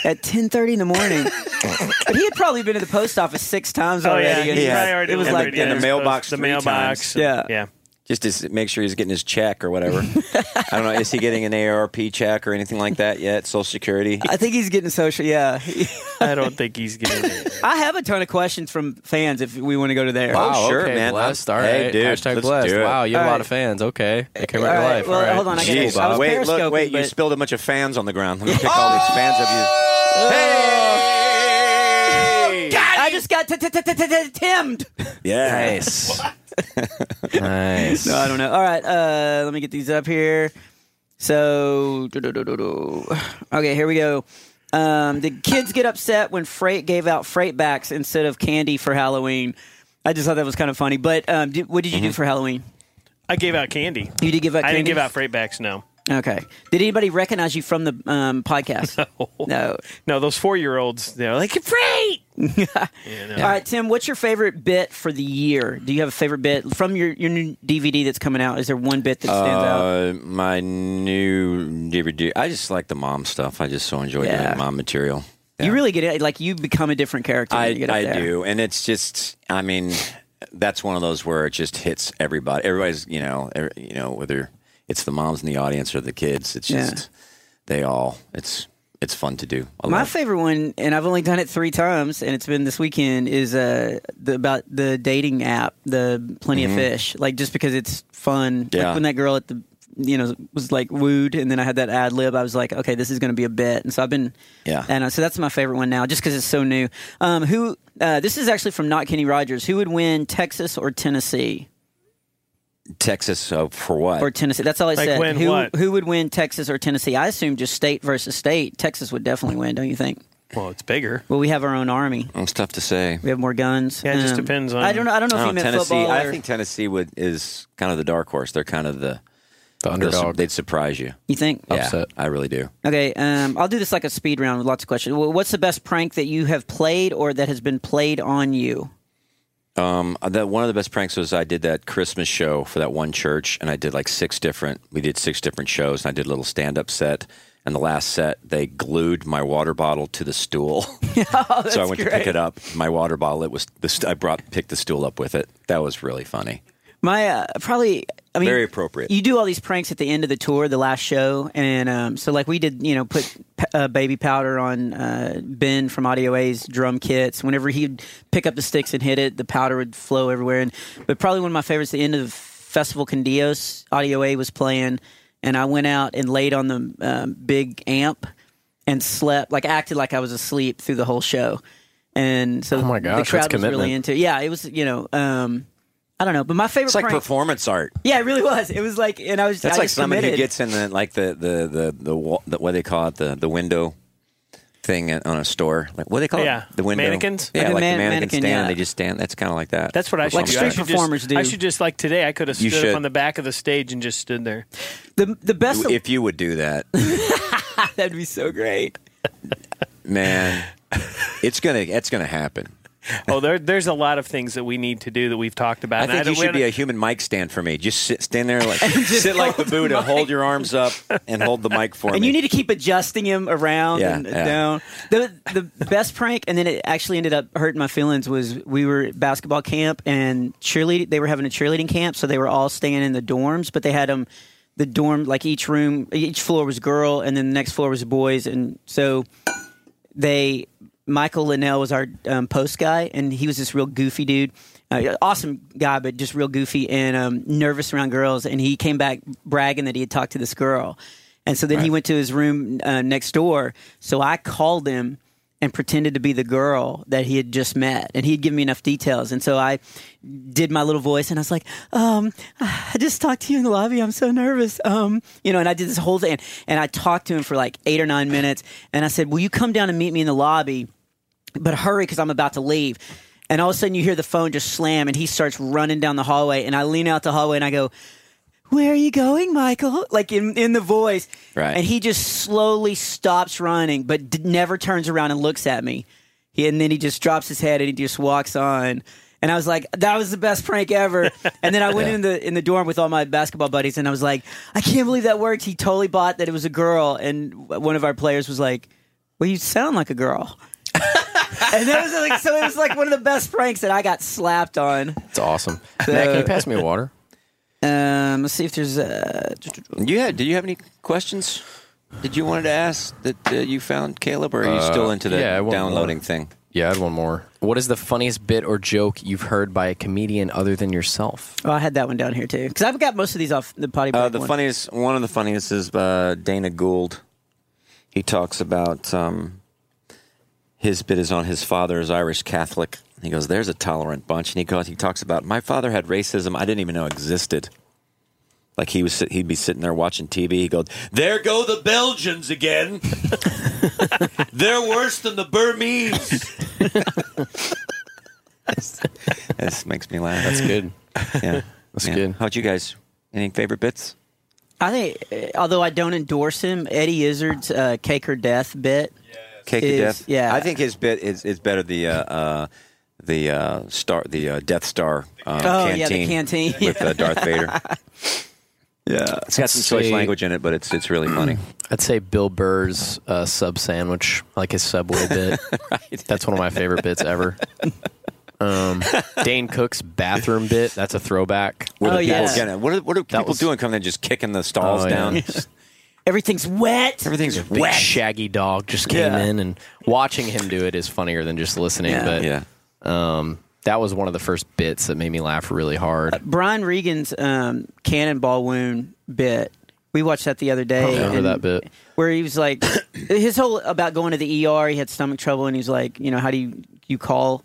E: at ten thirty in the morning. but he had probably been to the post office six times
C: Oh,
E: already.
C: yeah,
E: and
C: he
E: was-
C: probably already
E: it was
C: delivered
E: like
C: it.
D: in the
C: Yeah.
D: mailbox.
C: The
D: three
C: mailbox.
D: times.
C: Yeah. Yeah.
D: Just to make sure he's getting his check or whatever. I don't know. Is he getting an ARP check or anything like that yet? Social Security.
E: I think he's getting social. Yeah,
C: I don't think he's getting.
E: I have a ton of questions from fans. If we want to go to there,
C: Oh,
I: Wow, okay, Blessed. All right. Hashtag blessed. Wow, you have a lot of fans. Okay. They care about
E: All
I: your
E: right,
I: life.
E: well,
I: All right.
E: hold on, I gotta- Jeez, I was
D: wait, look,
E: periscoping,
D: wait. You
E: but-
D: spilled a bunch of fans on the ground. Let me pick all these fans up. You.
E: I just got t- t- t- t- t- timmed.
D: Yes.
I: nice.
E: No, I don't know. All right, uh, let me get these up here. So, do-do-do-do-do. okay, here we go. Um, the kids get upset when Freight gave out Freight backs instead of candy for Halloween. I just thought that was kind of funny. But um, did, what did you do for Halloween?
C: Mm-hmm. I gave out Uh, candy.
E: You did give out.
C: I
E: Candy?
C: didn't give out freight backs. No.
E: Okay. Did anybody recognize you from the um, podcast? No. No.
C: No, those four year olds, they're like, freight.
E: All right, Tim. What's your favorite bit for the year? Do you have a favorite bit from your, your new DVD that's coming out? Is there one bit that stands out?
D: Uh, my new DVD. I just like the mom stuff. I just so enjoy
E: Yeah.
D: doing mom material.
E: You really get it. Like you become a different character. when
D: I,
E: you get up
D: I
E: there.
D: do, and it's just, I mean, that's one of those where it just hits everybody. Everybody's, you know, every, you know, whether it's the moms in the audience or the kids, it's
E: Yeah.
D: just they all. It's it's fun to do. I
E: My
D: love it.
E: favorite one, and I've only done it three times, and it's been this weekend, is uh, the, about the dating app, the Plenty
D: Mhm.
E: of Fish. Like, just because it's fun. Like
D: Yeah.
E: when that girl at the you know, was like wooed, and then I had that ad lib. I was like, okay, this is going to be a bit, and so I've been,
D: yeah.
E: And uh, so that's my favorite one now, just because it's so new. Um, who? Uh, this is actually from Not Kenny Rogers. Who would win, Texas or Tennessee?
D: Texas uh, for what?
E: Or Tennessee? That's all I
D: Like
E: said.
D: win
E: who,
D: what?
E: who would win, Texas or Tennessee? I assume just state versus state. Texas would definitely win, don't you think?
C: Well, it's bigger.
E: Well, we have our own army.
D: It's tough to say.
E: We have more guns.
C: Yeah, it just
E: Um,
C: depends on.
E: I don't know. I don't know if he meant
D: Oh, Tennessee.
E: football.
D: I
E: or-
D: think Tennessee would is kind of the dark horse. They're kind of the the
E: underdog.
D: They'd surprise you.
E: You think?
D: Yeah, I really do.
E: Okay, um, I'll do this like a speed round with lots of questions. Wh- What's the best prank that you have played or that has been played on you?
D: Um, that one of the best pranks was I did that Christmas show for that one church, and I did like six different. We did six different shows, and I did a little stand up set. And the last set, they glued my water bottle to the stool. so I went to pick it up. My water bottle. It was the st- I brought picked the stool up with it. That was really funny.
E: My uh, probably. I mean,
D: Very appropriate.
E: You do all these pranks at the end of the tour, the last show, and um, so like we did, you know, put p- uh, baby powder on uh, Ben from Audio A's drum kits. Whenever he'd pick up the sticks and hit it, the powder would flow everywhere. And but probably one of my favorites, the end of Festival Condios, Audio A was playing, and I went out and laid on the um, big amp and slept, like acted like I was asleep through the whole show. And so
I: Oh my gosh,
E: the
I: that's
E: crowd was really
I: commitment.
E: into. Yeah, it was you know. Um, I don't know, but my favorite
D: It's like
E: prank-
D: performance art.
E: yeah, it really was. It was like, and I was
D: That's
E: I
D: like
E: just
D: somebody
E: committed.
D: who gets in the like the the the the, wall, the what do they call it the the window thing at- on a store. Like what do they call
C: Yeah.
D: it? The window
C: Mannequins?
D: Yeah,
C: Like a man-
D: like the mannequin,
C: mannequin,
D: stand.
C: yeah.
D: They just stand. That's kind of like that.
C: That's what I should
D: Performance
C: do. I
D: art.
C: should just- I should just like today. I could have
D: You
C: stood up
D: should.
C: on the back of the stage and just stood there.
E: The the best.
D: If you would do that,
E: That'd be so great.
D: man, it's gonna it's gonna happen.
C: oh, there, there's a lot of things that we need to do that we've talked about.
D: I
C: and
D: think you
C: don't- we
D: should be
C: don't-
D: a human mic stand for me. Just sit, stand there like sit like the Buddha, hold your arms up, and hold the mic for
E: and
D: me.
E: you need to keep adjusting him around
D: Yeah,
E: and
D: yeah.
E: down. The the best prank, and then it actually ended up hurting my feelings. Was we were at basketball camp and cheerlead. They were having a cheerleading camp, so they were all staying in the dorms, but they had them. The dorm, like each room, each floor was girl, and then the next floor was boys, and so they Michael Linnell was our um, post guy, and he was this real goofy dude, uh, awesome guy, but just real goofy and um, nervous around girls. And he came back bragging that he had talked to this girl, and so then he went to his room uh, next door. So I called him and pretended to be the girl that he had just met, and he had given me enough details, and so I did my little voice, and I was like, um, I just talked to you in the lobby. I'm so nervous. Um, you know, and I did this whole thing and I talked to him for like eight or nine minutes. And I said, Will you come down and meet me in the lobby? But hurry, because I'm about to leave. And all of a sudden, you hear the phone just slam, and he starts running down the hallway. And I lean out the hallway and I go, Where are you going, Michael? Like in, in the voice.
D: Right.
E: And he just slowly stops running, but d- never turns around and looks at me. He, and then he just drops his head and he just walks on. And I was like, that was the best prank ever. And then I went
A: Yeah.
E: in the in the dorm with all my basketball buddies, and I was like, I can't believe that worked. He totally bought that it was a girl, and w- one of our players was like, Well, you sound like a girl. and that was like, so it was like one of the best pranks that I got slapped on.
I: It's awesome. Matt, can you pass me a water?
E: Um, let's see if there's uh,
D: You had? Did you have any questions? Did you wanted to ask that uh, you found Caleb, or are you
I: Uh,
D: still into the
I: yeah, I want
D: downloading
I: more.
D: thing?
I: Yeah, I had one more. What is the funniest bit or joke you've heard by a comedian other than yourself?
E: Oh, I had that one down here too because I've got most of these off the potty.
D: Uh,
E: break
D: the
E: one.
D: funniest, one of the funniest is uh, Dana Gould. He talks about um, his bit is on his father is Irish Catholic. He goes, "There's a tolerant bunch," and he goes, he talks about my father had racism I didn't even know existed. Like he was, sit- he'd be sitting there watching TV. He goes, "There go the Belgians again. They're worse than the Burmese." this makes me laugh.
I: That's good.
D: Yeah,
I: That's
D: Yeah.
I: good.
D: How'd you guys? Any favorite bits?
E: I think, uh, although I don't endorse him, Eddie Izzard's uh, cake or death bit.
D: Cake
E: is-
D: of Death.
E: Yeah,
D: I think his bit is is better the uh, uh, the uh, star the uh, Death Star uh,
E: Oh,
D: canteen.
E: yeah, the canteen.
D: with uh, Darth Vader.
E: Yeah,
D: it's got some choice language in it, but it's it's really funny.
I: I'd say Bill Burr's uh, sub sandwich, I like his Subway bit. That's one of my favorite bits ever. Um, Dane Cook's bathroom bit. That's a throwback.
D: Where the people get it. What are, what are people doing? Come in just kicking the stalls
I: Oh, yeah.
D: down.
E: everything's wet.
D: Everything's
I: Big shaggy dog just came
E: Yeah.
I: in, and watching him do it is funnier than just listening.
E: Yeah.
I: But yeah, um, that was one of the first
D: Uh,
I: bits that made me laugh really hard.
E: Brian Regan's um, cannonball wound bit We watched that the other day.
I: I remember
E: and-
I: that bit.
E: where he was like his whole about going to the ER. He had stomach trouble, and he's like, you know, how do you you call?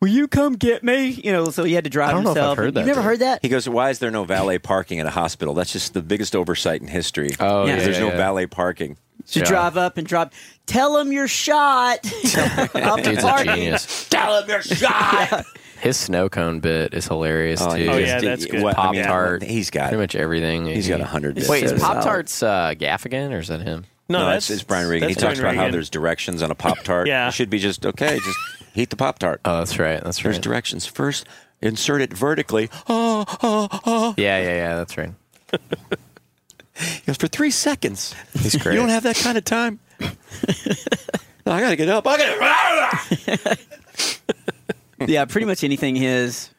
E: Will you come get me? You know, so he had to drive himself. you never heard that?
D: He goes, "Why is there no valet parking at a hospital? That's just the biggest oversight in history. Oh,
E: Yeah. yeah,
D: there's no
E: yeah.
D: valet parking.
E: To drive up and drop. Tell him you're shot. Off the
I: Dude's a
E: parking.
I: genius.
E: Tell him you're shot.
I: His snow cone bit is hilarious
D: Oh,
I: too.
D: yeah. Oh, yeah, that's good. What- I
I: Pop
D: mean,
I: Tart.
D: he's got
I: pretty much everything.
D: He's got 100 bits.
I: Wait,
D: So
I: is
D: solid.
I: Pop Tart's uh, Gaffigan or is that him?
D: No, that's it's Brian Regan. He
I: that's
D: talks
I: Brian
D: about how
I: Regan.
D: there's directions on a Pop Tart.
I: Yeah.
D: It should be just okay. Just heat the Pop Tart.
I: Oh, that's right. That's
D: right. There's directions. First, insert it vertically.
J: Oh, oh, oh.
I: Yeah, yeah, yeah. That's right.
D: He goes, for three seconds.
I: He's
D: You
I: great.
D: don't have that kind of time. I gotta get up. I gotta.
E: yeah, pretty much anything his.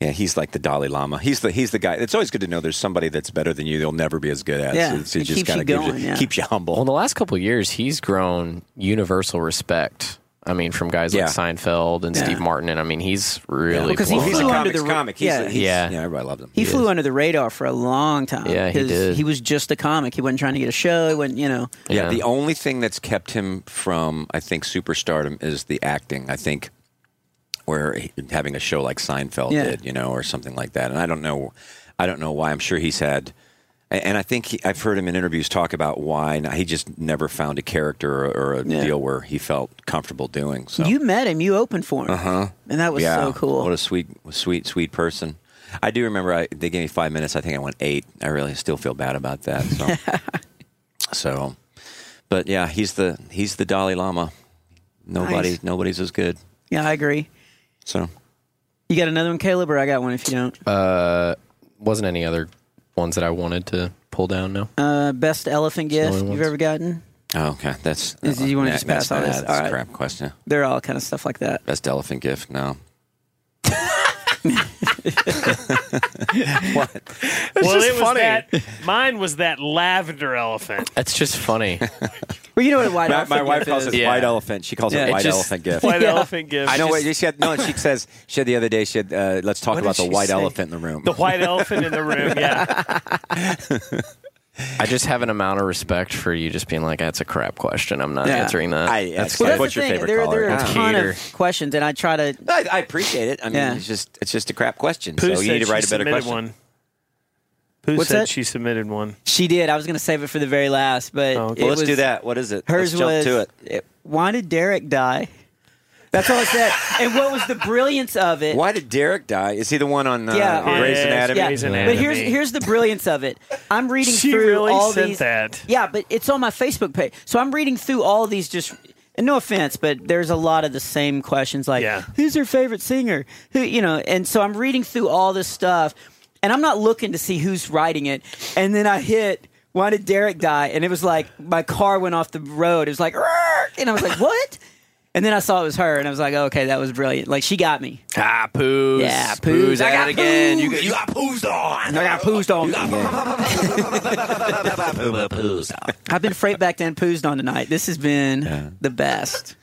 D: Yeah, he's like the Dalai Lama. He's the he's the guy. It's always good to know there's somebody that's better than you. They'll never be as good at.
I: Yeah,
D: so, so
I: it
D: just
I: keeps
D: kind
I: you
D: of gives
I: going,
D: you,
I: yeah.
D: keeps you humble.
I: Well, in the last couple of years, he's grown universal respect. I mean, from guys
D: Yeah.
I: like Seinfeld and Steve Martin, and I mean, he's really
D: Because he
I: blown
D: flew
I: up.
D: under the Comics ra- comic. He's-
E: yeah. he's-
I: yeah,
D: yeah, everybody loves him.
E: He flew under the radar for a long time.
D: Yeah, he
E: His-
D: did.
E: He was just a comic. He wasn't trying to get a show. He wasn't, you know.
D: Yeah. the only thing that's kept him from, I think, superstardom is the acting. I think where he, having a show like Seinfeld
E: Yeah.
D: did, you know, or something like that. And I don't know, I don't know why. I'm sure he's had, a- and I think he, I've heard him in interviews talk about why n- he just never found a character or, or a
E: Yeah.
D: deal where he felt comfortable doing. So
E: You met him. You opened for him.
D: uh huh.
E: And that was so cool.
D: What a sweet, sweet, sweet person. I do remember I, they gave me five minutes. I think I went eight. I really still feel bad about that. So, so, but yeah, he's the he's the Dalai Lama. Nobody,
E: Nice.
D: nobody's as good.
E: Yeah, I agree.
D: So
E: You got another one, Caleb, or I got one if you don't.
I: Uh, wasn't any other ones that I wanted to pull down? No.
E: Uh, best elephant gift
I: only
E: you've
I: ones.
E: ever gotten?
D: Oh, okay, that's
E: Is- you wanna just
D: that's
E: pass all
D: not-
E: this?
D: That's
E: All
D: a
E: right.
D: crap question.
E: They're all kind of stuff like that.
D: Best elephant gift? No. what?
C: well,
E: just
C: it was
E: funny.
C: that. Mine was that lavender elephant.
I: That's just funny.
E: Well, you know what a white
D: my,
E: elephant
D: my wife
E: gift
D: calls
E: is.
D: it white elephant. She calls
C: Yeah.
D: it
C: It
D: white
C: just-
D: elephant gift.
C: White Yeah. elephant gift.
D: I know.
C: It's
D: Wait, she had, no, she says she had the other day. She had. Uh, let's talk
C: What
D: about
C: did
D: the
C: she
D: white
C: say?
D: elephant in the room.
C: The white elephant in the room. Yeah.
I: I just have an amount of respect for you just being like, that's a crap question. I'm not
D: Yeah.
I: answering that.
D: I- I-
I: that's
D: Well,
I: good.
D: that's What's the your thing. favorite
E: There, there are a
I: That's
E: ton
I: Peter.
E: of questions, and I try to.
D: I, I appreciate it. I mean,
E: Yeah.
D: it's just it's just a crap question.
C: Pooh
D: so you
C: said
D: need to write
C: she
D: a better
C: submitted
D: question.
C: one. Who
E: What's
C: said
E: that?
C: she submitted one?
E: She did. I was going to save it for the very last, but
D: Oh, Well,
E: it
D: let's
E: was-
D: do that. What is it?
E: Hers
D: let's jump
E: was.
D: to it.
E: Why did Derek die? That's all I said. and what was the brilliance of it?
D: Why did Derek die? Is he the one on uh,
E: Yeah, on-
D: Grey's
E: Yes,
D: Anatomy?
E: yeah. But here's here's the brilliance of it. I'm reading
C: She
E: through
C: really
E: all
C: sent
E: these.
C: that.
E: Yeah, but it's on my Facebook page, so I'm reading through all these. Just and no offense, but there's a lot of the same questions like, "Who's your favorite singer?" Who you know? And so I'm reading through all this stuff, and I'm not looking to see who's writing it. And then I hit. Why did Derek die? And it was like my car went off the road. It was like, "Rrrr," and I was like, what? And then I saw it was her, and I was like, okay, that was brilliant. Like she got me.
I: Ah, poos.
E: Yeah,
I: Poos
E: poos. I
I: at
E: got
I: it again. You
E: poos.
I: got- you got
D: poos
E: on. I got poos on. I've been freight backed and poosed on tonight. This has been the best.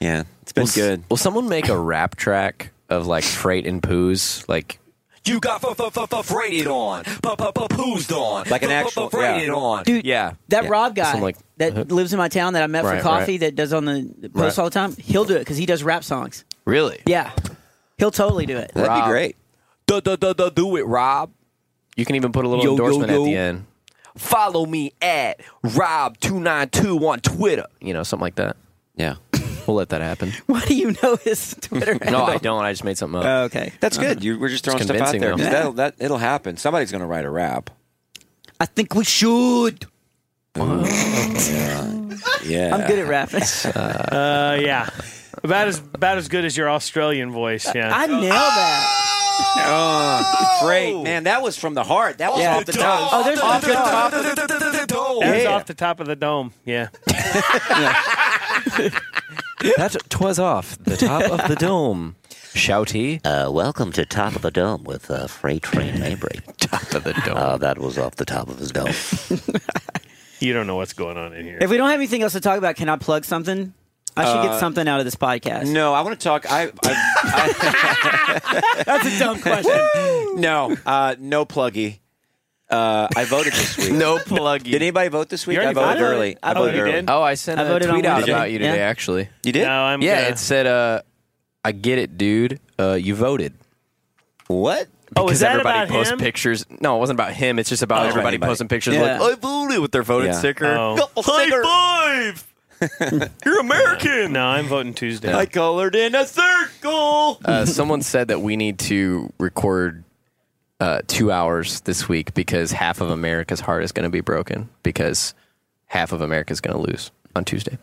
D: Yeah, it's been good.
I: Will someone make a rap track of like freight and poos? Like,
D: You got freighted on, poozed on, like an actual
I: freighted
D: yeah.
I: on.
E: Dude,
D: Yeah,
E: That
D: Yeah.
E: Rob guy
D: Something like- uh-huh.
E: that lives in my town that I met
D: Right,
E: for coffee
D: right.
E: that does on the post
D: Right.
E: all the time, he'll do it because he does rap songs.
I: really?
E: Yeah. He'll totally do it.
I: Rob. Duh, duh, duh, duh, do it, Rob. You can even put a little
E: Yo, yo,
I: endorsement
E: yo.
I: at the end. Follow me at Rob292 on Twitter. You know, something like that.
D: Yeah.
I: We'll let that happen.
E: Why do you know his Twitter
I: no,
E: handle?
I: I don't. I just made something up.
E: Oh, okay.
D: That's good. Uh-huh. You, we're just throwing stuff out
I: convincing
D: there.
I: them.
D: 'cause That'll, that, it'll happen. Somebody's going to write a rap.
E: I think we should.
I: Oh,
D: yeah. yeah.
E: I'm good at rapping.
C: Uh, yeah. About as about as good as your Australian voice. Yeah.
E: I nailed that.
D: Ah! Oh, great, man. That was from the heart. That was
C: Yeah.
D: off the top.
C: Oh, there's
D: off
C: the
D: the
C: top.
D: top of the, dome.
C: That was
D: Yeah.
C: off the top of the dome. Yeah.
I: That twas off the top of the dome. Shouty.
P: Uh, welcome to Top of the Dome with uh, Freight Train Mabry.
I: top of the Dome.
P: Uh, that was off the top of his dome.
C: You don't know what's going on in here.
E: If we don't have anything else to talk about, can I plug something? I should
D: Uh,
E: get something out of this podcast.
D: No, I want to talk. I, I,
E: That's a dumb question.
D: no, uh, no pluggy. Uh, I voted this week.
I: No plug.
D: Did anybody vote this week? I voted early. I voted early.
I: Oh, I sent a tweet out about you today. Actually,
D: You did? No, I'm
I: yeah,
D: gonna-
I: it said, uh, "I get it, dude. Uh, you voted."
D: What?
I: Because
C: Oh, is that
I: everybody
C: about
I: posts
C: him?
I: pictures. No, it wasn't about him. It's just about
D: Oh.
I: everybody
D: Anybody.
I: posting pictures
D: Yeah.
I: like I voted with their voted
D: Yeah.
I: sticker.
D: Oh.
C: High five! You're American. No, I'm voting Tuesday.
I: I
C: colored in a circle.
I: Uh, someone said that we need to record uh, two hours this week because half of America's heart is going to be broken because half of America is going to lose on Tuesday.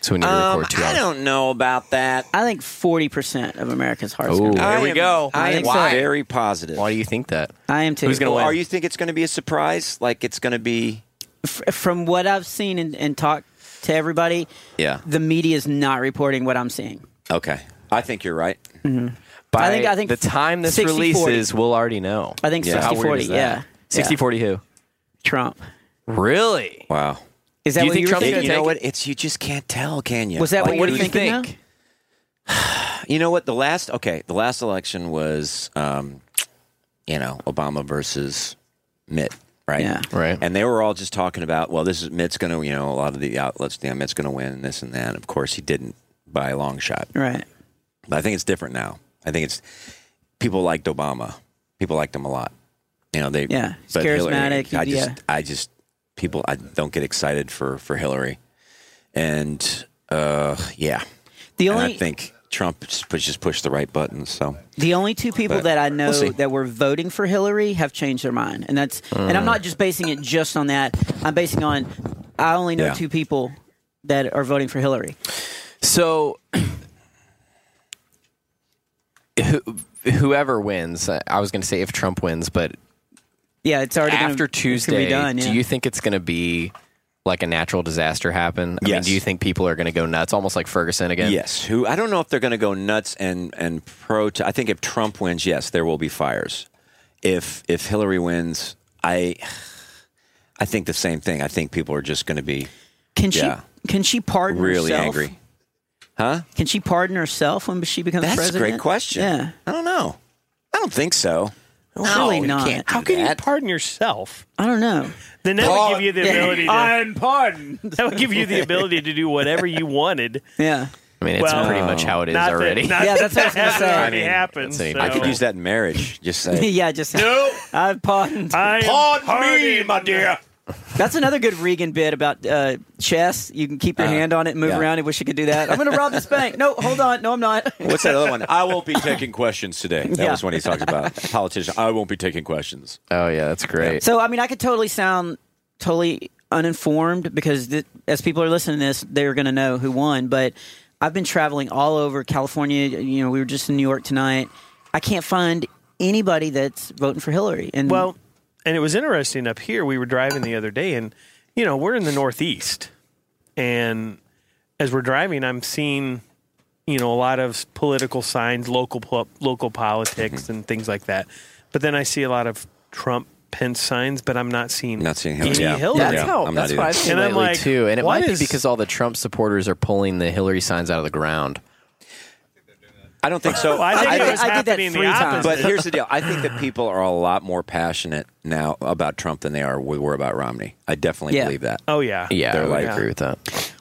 I: So we need to
D: Um,
I: record two
D: I
I: hours.
D: don't know about that.
E: I think forty percent of America's hearts.
I: Oh.
E: gonna be-
I: Here
D: I
I: we
D: am-
I: go.
D: I
I: I
D: am
I: think so.
D: very positive.
I: Why do you think that?
E: I am too.
I: Who's gonna win?
D: Are you think it's going to be a surprise? Like it's going to be?
E: F- From what I've seen and, and talked to everybody,
D: Yeah.
E: the media is not reporting what I'm seeing.
D: Okay. I think you're right.
I: By
E: I think- I think
I: the time this
E: 60-40.
I: releases, we'll already know.
E: I think
I: How weird
E: 60-40,
I: is that?
E: yeah.
I: 60-40 who?
E: Trump.
I: Really?
D: Wow.
E: Is that
I: Do you
E: what
I: think
E: you were
I: Trump's
E: thinking?
I: gonna
D: You know
I: take
D: what? It's you just can't tell, can you?
E: Was that
D: Like,
E: what you were
D: do you
E: thinking?
D: think? You know what? The last okay, the last election was, um, you know, Obama versus Mitt, right?
E: Yeah.
I: right.
D: And they were all just talking about, well, this is Mitt's going to, you know, a lot of the outlets, yeah, Mitt's going to win, and this and that. Of course, he didn't by a long shot.
E: now? Right.
D: But I think it's different now. I think it's people liked Obama. People liked him a lot. You know, they
E: Yeah, he's
D: but
E: charismatic,
D: I just
E: yeah.
D: I just people I don't get excited for for Hillary. And uh yeah.
E: The
D: And
E: only-
D: I think Trump just pushed, just pushed the right button, so
E: The only two people
D: But
E: that I know
D: we'll see.
E: that were voting for Hillary have changed their mind, and that's and I'm
D: Mm.
E: not just basing it just on that. I'm basing on I only know
I: Yeah.
E: two people that are voting for Hillary.
I: So, who, whoever wins, I I was going to say if Trump wins, but
E: Yeah, it's already
I: after
E: gonna,
I: Tuesday,
E: It's gonna be done, yeah.
I: do you think it's going to be like a natural disaster happen? I mean,
D: Yes.
I: do you think people are going to go nuts, almost like Ferguson again?
D: Yes. Who I don't know if they're going to go nuts and and pro. I think if Trump wins, yes, there will be fires. If if Hillary wins, I I think the same thing. I think people are just going to be
E: Can she
D: yeah,
E: can she pardon
D: really
E: herself?
D: angry. Huh?
E: Can she pardon herself when she becomes
D: That's
E: president?
D: a great question.
E: Yeah,
D: I don't know. I don't think so.
E: really
D: you
E: not.
D: can't do
C: How can you
D: that.
C: pardon yourself?
E: I don't know.
C: Then that
E: Paul-
C: would give you the
E: Yeah.
C: ability. To,
E: I'm pardoned.
C: That would give you the ability to do whatever you wanted.
E: Yeah.
I: I mean, it's
C: Well,
I: pretty much how it is
C: not that-
I: already.
C: not Yeah, that's what I was gonna that say. already happened,
I: that's a-
D: I could use that in marriage. Just say.
E: yeah, just no. I've pardoned.
C: I
E: me, my dear. That's another good Regan bit about uh, chess. You can keep your
D: Uh,
E: hand on it, move
D: yeah.
E: around. I wish you could do that. I'm going to rob this bank. No, hold on. No, I'm not.
D: What's that other one? I won't be taking questions today. That
E: Yeah.
D: was when he talked about politician. I won't be taking questions.
I: Oh yeah, that's great.
E: So, I mean, I could totally sound totally uninformed because th- as people are listening to this, they're going to know who won. But I've been traveling all over California. You know, we were just in New York tonight. I can't find anybody that's voting for Hillary. And
C: Well, and it was interesting up here. We were driving the other day, and you know we're in the Northeast, and as we're driving, I'm seeing you know a lot of political signs, local po- local politics,
D: Mm-hmm.
C: and things like that. But then I see a lot of Trump Pence signs, but I'm not seeing
D: Not seeing
C: any
D: Hillary. Yeah.
C: Hillary.
D: That's
I: That's how.
D: I'm not
I: that's
D: either.
I: what I've seen
C: And I'm
I: lately
C: like,
I: too, and it
C: what
I: might
C: is-
I: be because all the Trump supporters are pulling the Hillary signs out of the ground.
D: I don't think so.
C: Well, I think
D: I
C: it
D: think-
C: was
D: I did that
C: happening the
E: three times.
C: opposite.
D: But here's the deal. I think that people are a lot more passionate now about Trump than they are we were about Romney. I definitely
E: Yeah.
D: believe that.
C: Oh yeah,
I: Yeah,
D: They're
I: I would
D: like-
I: agree with that.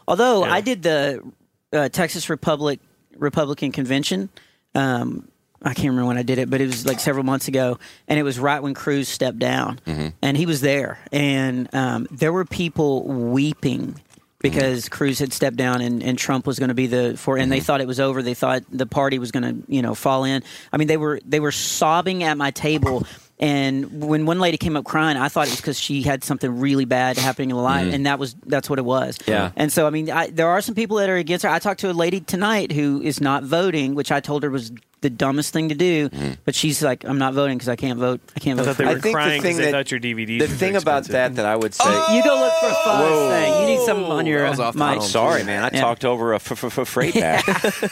E: Although I did the uh, Texas Republic Republican convention, um, I can't remember when I did it, but it was like several months ago, and it was right when Cruz stepped down, and he was there, and um, there were people weeping because Cruz had stepped down and, and Trump was going to be the for, and they thought it was over. They thought the party was going to you know fall in. I mean, they were they were sobbing at my table. And when one lady came up crying, I thought it was because she had something really bad happening in her life,
D: Mhm.
E: and that was that's what it was.
D: Yeah.
E: And so, I mean, I, there are some people that are against her. I talked to a lady tonight who is not voting, which I told her was the dumbest thing to do.
D: Mm.
E: But she's like, "I'm not voting because I can't vote. I can't
C: I
E: vote."
C: thought
E: for
C: they
E: her."
C: were crying because they thought your DVDs.
D: The
C: were
D: thing about that that I would say.
E: you go look for a fun thing. You need something on your
I: was off
E: uh,
I: the
E: mic.
D: I'm sorry, man. I
E: Yeah.
D: talked over a f- f- f- freight bag.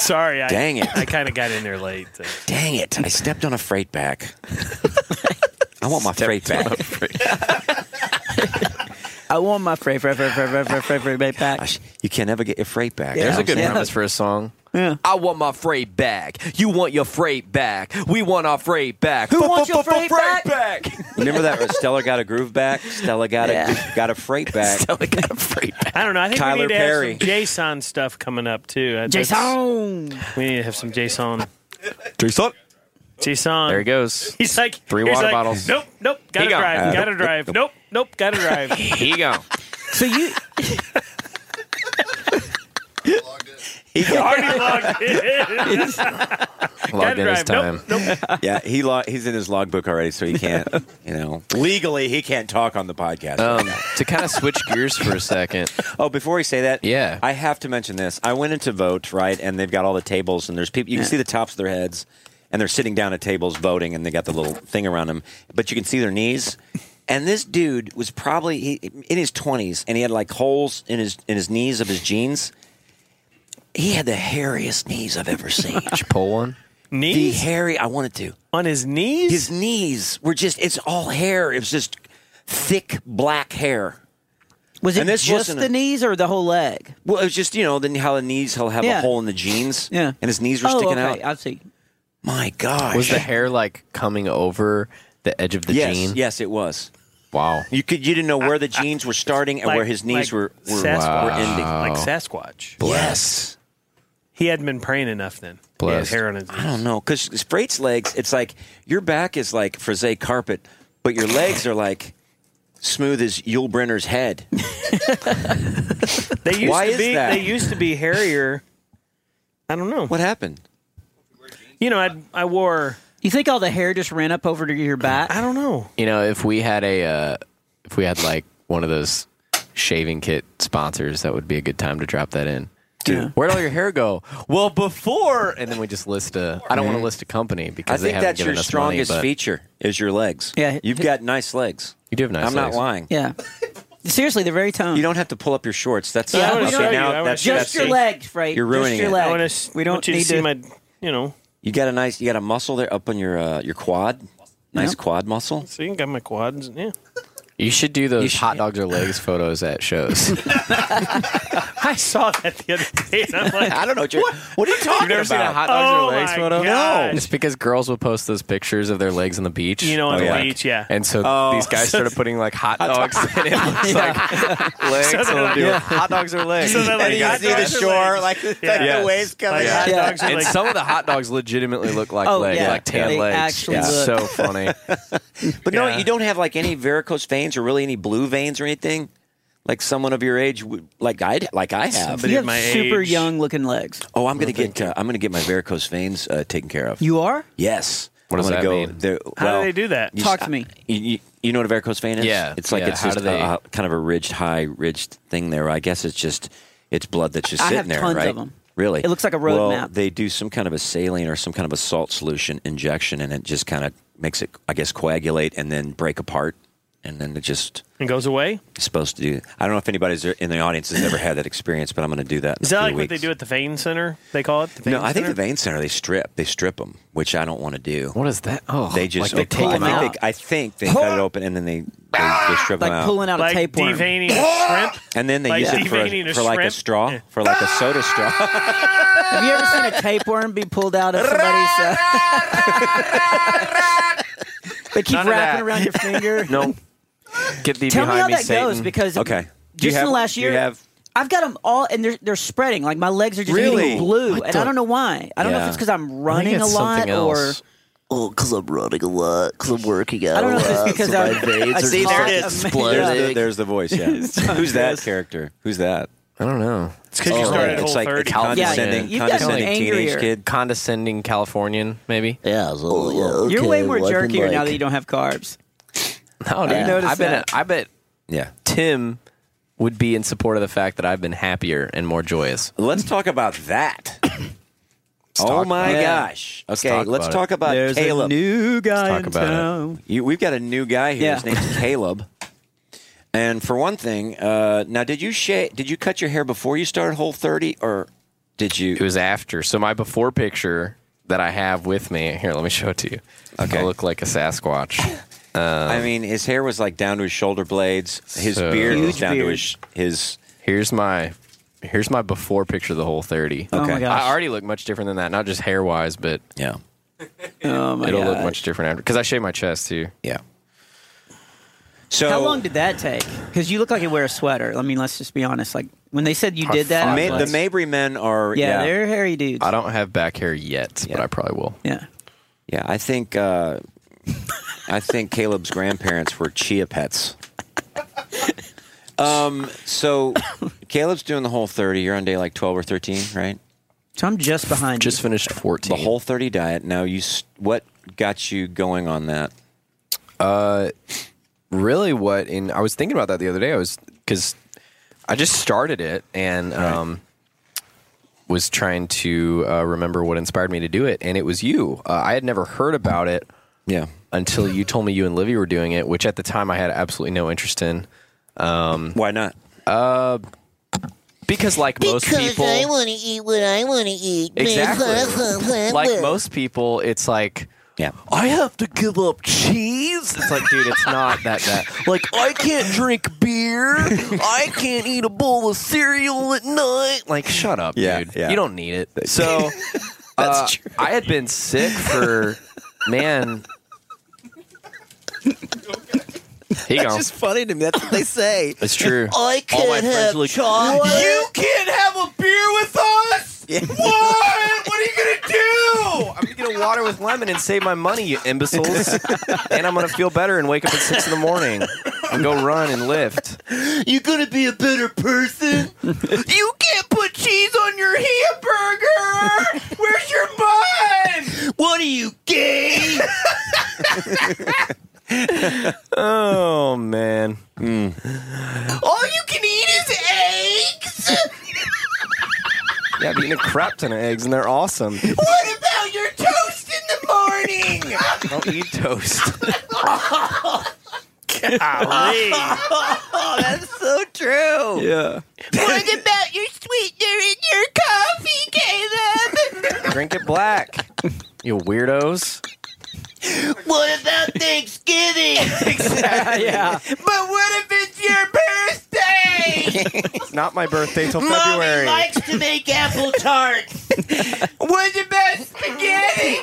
C: Sorry, I,
D: Dang it.
C: I kind of got in there late. so.
D: Dang it! I stepped on a freight bag. I want my freight
I: on
D: bag.
I: a
E: I want my fray, fray, fray, fray, fray, fray, fray, fray, fray back.
D: You can never get your freight back.
I: There's a
D: You know
I: good
D: what I'm
I: premise
D: saying?
I: for a song.
E: Yeah.
I: I want my freight back. You want your freight back. We want our freight back.
E: Who
I: F-
E: wants
I: f-
E: your
I: f-
E: freight back?
I: back?
D: Remember that Stella got a groove back. Stella got
C: Yeah.
D: a got a freight back. Stella got a freight back.
C: I don't know. I think
D: Tyler
C: we need to
D: Perry.
C: have some JSON stuff coming up too. Uh, that's-
E: Jason!
C: We need to have some JSON.
D: JSON.
C: JSON.
I: There he goes.
C: He's like
I: Three
C: he's
I: water
C: like,
I: bottles.
C: Nope. Nope. Gotta
I: He gone.
C: drive.
I: Uh,
C: gotta
I: nope,
C: drive. Nope.
I: nope,
C: Nope. Gotta drive.
I: he gone.
E: So you
D: He
C: already logged in.
D: Logged in his
C: drive. Nope,
D: time. Yeah, he lo- he's in his logbook already, so he can't. You know, legally he can't talk on the podcast.
I: Um, to kind of switch gears for a second.
D: Oh, before we say that,
I: yeah,
D: I have to mention this. I went in to vote, right, and they've got all the tables, and there's people. You can see the tops of their heads, and they're sitting down at tables voting, and they got the little thing around them, but you can see their knees. And this dude was probably he, in his twenties, and he had like holes in his in his knees of his jeans. He had the hairiest knees I've ever seen. Did you
I: pull one?
D: Knees? The hairy. I wanted to.
C: On his knees.
D: His knees were just. It's all hair. It was just thick black hair.
E: was it
D: And this
E: just
D: wasn't
E: the
D: a-
E: knees or the whole leg?
D: Well, it was just you know then how the knees he'll have
E: Yeah.
D: a hole in the jeans.
E: Yeah.
D: and his knees were
E: Oh,
D: sticking
E: okay,
D: out.
E: I see.
D: My gosh,
I: Was the hair like coming over the edge of the
D: yes,
I: jean?
D: yes, it was.
I: Wow.
D: You could you didn't know where the jeans were starting and
C: Like-
D: where his
C: like
D: knees were were,
C: Sasquatch.
D: were ending.
I: Oh.
C: Like Sasquatch.
D: Bless.
C: He hadn't been praying enough then.
D: Bless.
C: He had hair on his
D: I don't know because Freight's legs. It's like your back is like frise carpet, but your legs are like smooth as Yul Brenner's head.
C: They used
D: Why
C: to
D: is
C: be
D: that?
C: they used to be hairier. I don't know.
D: What happened?
C: You know, I I wore
E: You think all the hair just ran up over to your back? I
C: don't know.
I: You know, if we had a, uh, if we had like one of those shaving kit sponsors, that would be a good time to drop that in. Dude, where'd all your hair go? Well, before, and then we just list a. I don't want to list a company
D: I
I: because they
D: think
I: haven't
D: that's
I: given
D: your
I: us money,
D: strongest
I: but-
D: feature is your legs. Yeah, you've got nice legs.
I: You do have nice
D: I'm
I: legs.
D: not lying.
E: Yeah. Seriously, they're very toned.
D: You don't have to pull up your shorts. That's
E: Yeah, I wanna
D: okay,
E: show you.
D: now
E: I wanna
D: that's-
E: show you.
D: that's-
E: Just your legs, Frank.
D: You're
E: Just
D: ruining
E: your
D: it.
E: legs.
C: I wanna s-
E: We don't
C: want you
E: need
C: to see
E: to-
C: my you know.
D: You got a nice. You got a muscle there up on your uh, your quad. Nice quad muscle.
C: See, I got my quads. Yeah.
I: You should do those hot dogs or legs photos at shows.
C: I saw that the other day. And I'm like,
D: I don't know what, you're, what are you talking
I: You've never seen a
C: about?
I: hot dogs
C: Oh
I: or legs
C: my
I: photo?
C: gosh.
I: It's because girls will post those pictures of their legs on the beach.
C: Oh. You know, on
I: Oh,
C: the
I: yeah.
C: beach, yeah.
I: And so
C: Oh.
I: these guys started putting like hot dogs and it looks like legs.
C: So they're
I: So they'll
C: like-
I: do
C: Yeah.
I: hot dogs or legs.
C: So they're like,
I: you
C: hot dogs or legs. Yeah. Yes. Like, hot dogs or
I: And
C: legs.
I: some of the hot dogs legitimately look like
D: Oh,
I: legs,
D: yeah.
I: like tan
D: They
I: legs.
D: actually
I: it's
D: look-
I: so funny.
D: But no, you don't have like any varicose veins or really any blue veins or anything. Like someone of your age, would- like I like I have.
E: you have super young looking legs.
D: Oh, I'm gonna get uh, I'm gonna get my varicose veins uh, taken care of.
E: You are?
D: Yes.
I: What does
D: I'm
I: that
D: gonna go
I: mean?
D: there-
E: How do
D: well,
E: they do that?
D: you-
E: Talk to me.
D: You, you, you know what a varicose vein is?
I: Yeah,
D: It's like
I: yeah,
D: it's
I: how
D: just
I: do they-
D: a, a- kind of a ridged, high ridged thing there. I guess it's just it's blood that's just
E: I
D: sitting
E: have
D: there,
E: tons of
D: right?
E: them.
D: Really?
E: It looks like a road
D: well,
E: map.
D: They do some kind of a saline or some kind of a salt solution injection, and it just kind of makes it, I guess, coagulate and then break apart, and then it just
C: It goes away.
D: it's supposed to do. I don't know if anybody's in the audience has ever had that experience, but I'm going to do that. In
C: Is
D: a
C: that
D: few
C: like what
D: weeks.
C: they do at the vein center? They call it. The vein
D: No, I think
C: center?
D: the vein center they strip. They strip them, which I don't want to do.
I: What is that? Oh,
D: they just
I: like they
D: open-
I: take 'em
D: I think
I: out.
D: They, I think they cut it open and then they they, they strip them out,
C: Ah! like Deveining a shrimp.
D: and then they
C: like
D: use it for,
C: deveining
D: a,
C: a
D: for like a
C: shrimp?
D: straw, for like a soda straw.
E: Have you ever seen a tapeworm be pulled out of somebody's? Uh, they keep
I: None of
E: wrapping
I: that.
E: around your finger.
I: no. Get thee
E: Tell me
I: behind
E: how
I: me,
E: that
I: Satan.
E: goes because
D: okay. Do you
E: just in
D: have-
E: the last
D: do
E: year,
D: you have-
E: I've got them all, and they're they're spreading. Like my legs are just getting
D: Really?
E: blue,
D: What
E: and
D: the-
E: I don't know why. I don't know
P: Yeah.
E: if it's because I'm running a lot or.
P: Oh, because I'm running a lot, because I'm working out
E: I don't know
P: a
E: if it's
P: lot,
E: because
P: so
E: I'm-
P: my veins
E: I
P: are
E: see,
P: just
E: there it
P: like
E: is.
P: exploding.
D: There's the, there's the voice. Yeah. Who's that character? Who's that?
I: I don't know.
D: It's 'cause you Oh, started it's Whole like 30. condescending- Yeah, you've gotten condescending angrier. teenage kid.
I: condescending Californian, maybe.
P: Yeah,
E: You're Oh, way more jerkier now that you don't have carbs.
I: No, dude,
E: I noticed
I: I bet.
E: that.
I: I bet.
D: Yeah,
I: Tim would be in support of the fact that I've been happier and more joyous.
D: Let's talk about that. oh
I: talk
D: my
I: about it.
D: gosh.
I: Let's
D: okay,
I: talk
D: let's
I: about it.
D: talk about
I: There's a
D: Caleb.
E: new guy
I: talk in about it. town.
D: You, we've got a new guy here.
I: Yeah.
D: His name's Caleb. And for one thing, uh, now did you shave? Did you cut your hair before you started Whole 30, or did you? It
I: was after. So my before picture that I have with me here. Let me show it to you. Okay, I look like a Sasquatch. Um,
D: I mean, his hair was like down to his shoulder blades. His
I: So-
D: beard was down to his. his.
I: Here's my here's my before picture of the whole thirty.
D: Oh my Okay. gosh.
I: I already look much different than that, not just hair wise, but
D: yeah, Oh
I: it'll look much different after because I shave my chest too.
D: Yeah. So
E: how long did that take? Because you look like you wear a sweater. I mean, let's just be honest. Like when they said you did that, I was
D: Ma-
E: like,
D: the Mabry men are
E: Yeah,
D: yeah,
E: they're hairy dudes.
I: I don't have back hair yet, but I probably will.
E: Yeah.
D: Yeah, I think uh, I think Caleb's grandparents were chia pets. Um, so Caleb's doing the whole 30. You're on day like 12 or 13, right?
E: So I'm just behind.
I: Just finished 14.
D: The whole 30 diet. Now you s- what got you going on that?
I: Uh, really, what? And I was thinking about that the other day. I was because I just started it and um, was trying to uh, remember what inspired me to do it, and it was you. Uh, I had never heard about it.
D: Yeah.
I: Until you told me you and Livy were doing it, which at the time I had absolutely no interest in. Um,
D: Why not?
I: Uh, because like most
B: Because
I: people,
B: I want to eat what I want to eat.
I: Exactly. like most people, it's like,
D: yeah,
I: I have to give up cheese. It's like, dude, it's not that bad. Like, I can't drink beer. I can't eat a bowl of cereal at night. Like, shut up,
D: Yeah,
I: dude.
D: yeah.
I: You don't need it. So, uh, I had been sick for, man. He
B: That's
I: gone.
B: just
I: funny to me. That's what they say. It's true.
B: I
I: All my
B: can't
I: friends
B: have
I: are like,
B: chocolate.
I: "You
B: can't have a beer with us? What? What are you going to do?
I: I'm gonna get a water with lemon and save my money, you imbeciles. and I'm gonna feel better and wake up at six in the morning and go run and lift.
B: You're going to be a better person? you can't put cheese on your hamburger! Where's your bun? What are you, gay?
I: Oh man.
D: Mm.
B: All you can eat is eggs?
I: Yeah, I've eaten a crap ton of eggs and they're awesome.
B: What about your toast in the morning?
I: Don't eat toast.
B: oh, that's so true.
I: Yeah.
B: What about your sweetener in your coffee, Caleb?
I: Drink it black. You weirdos.
B: What about Thanksgiving? exactly.
I: Yeah.
B: But what if it's your birthday?
I: It's not my birthday till
B: Mommy
I: February.
B: likes to make apple tarts. what about spaghetti,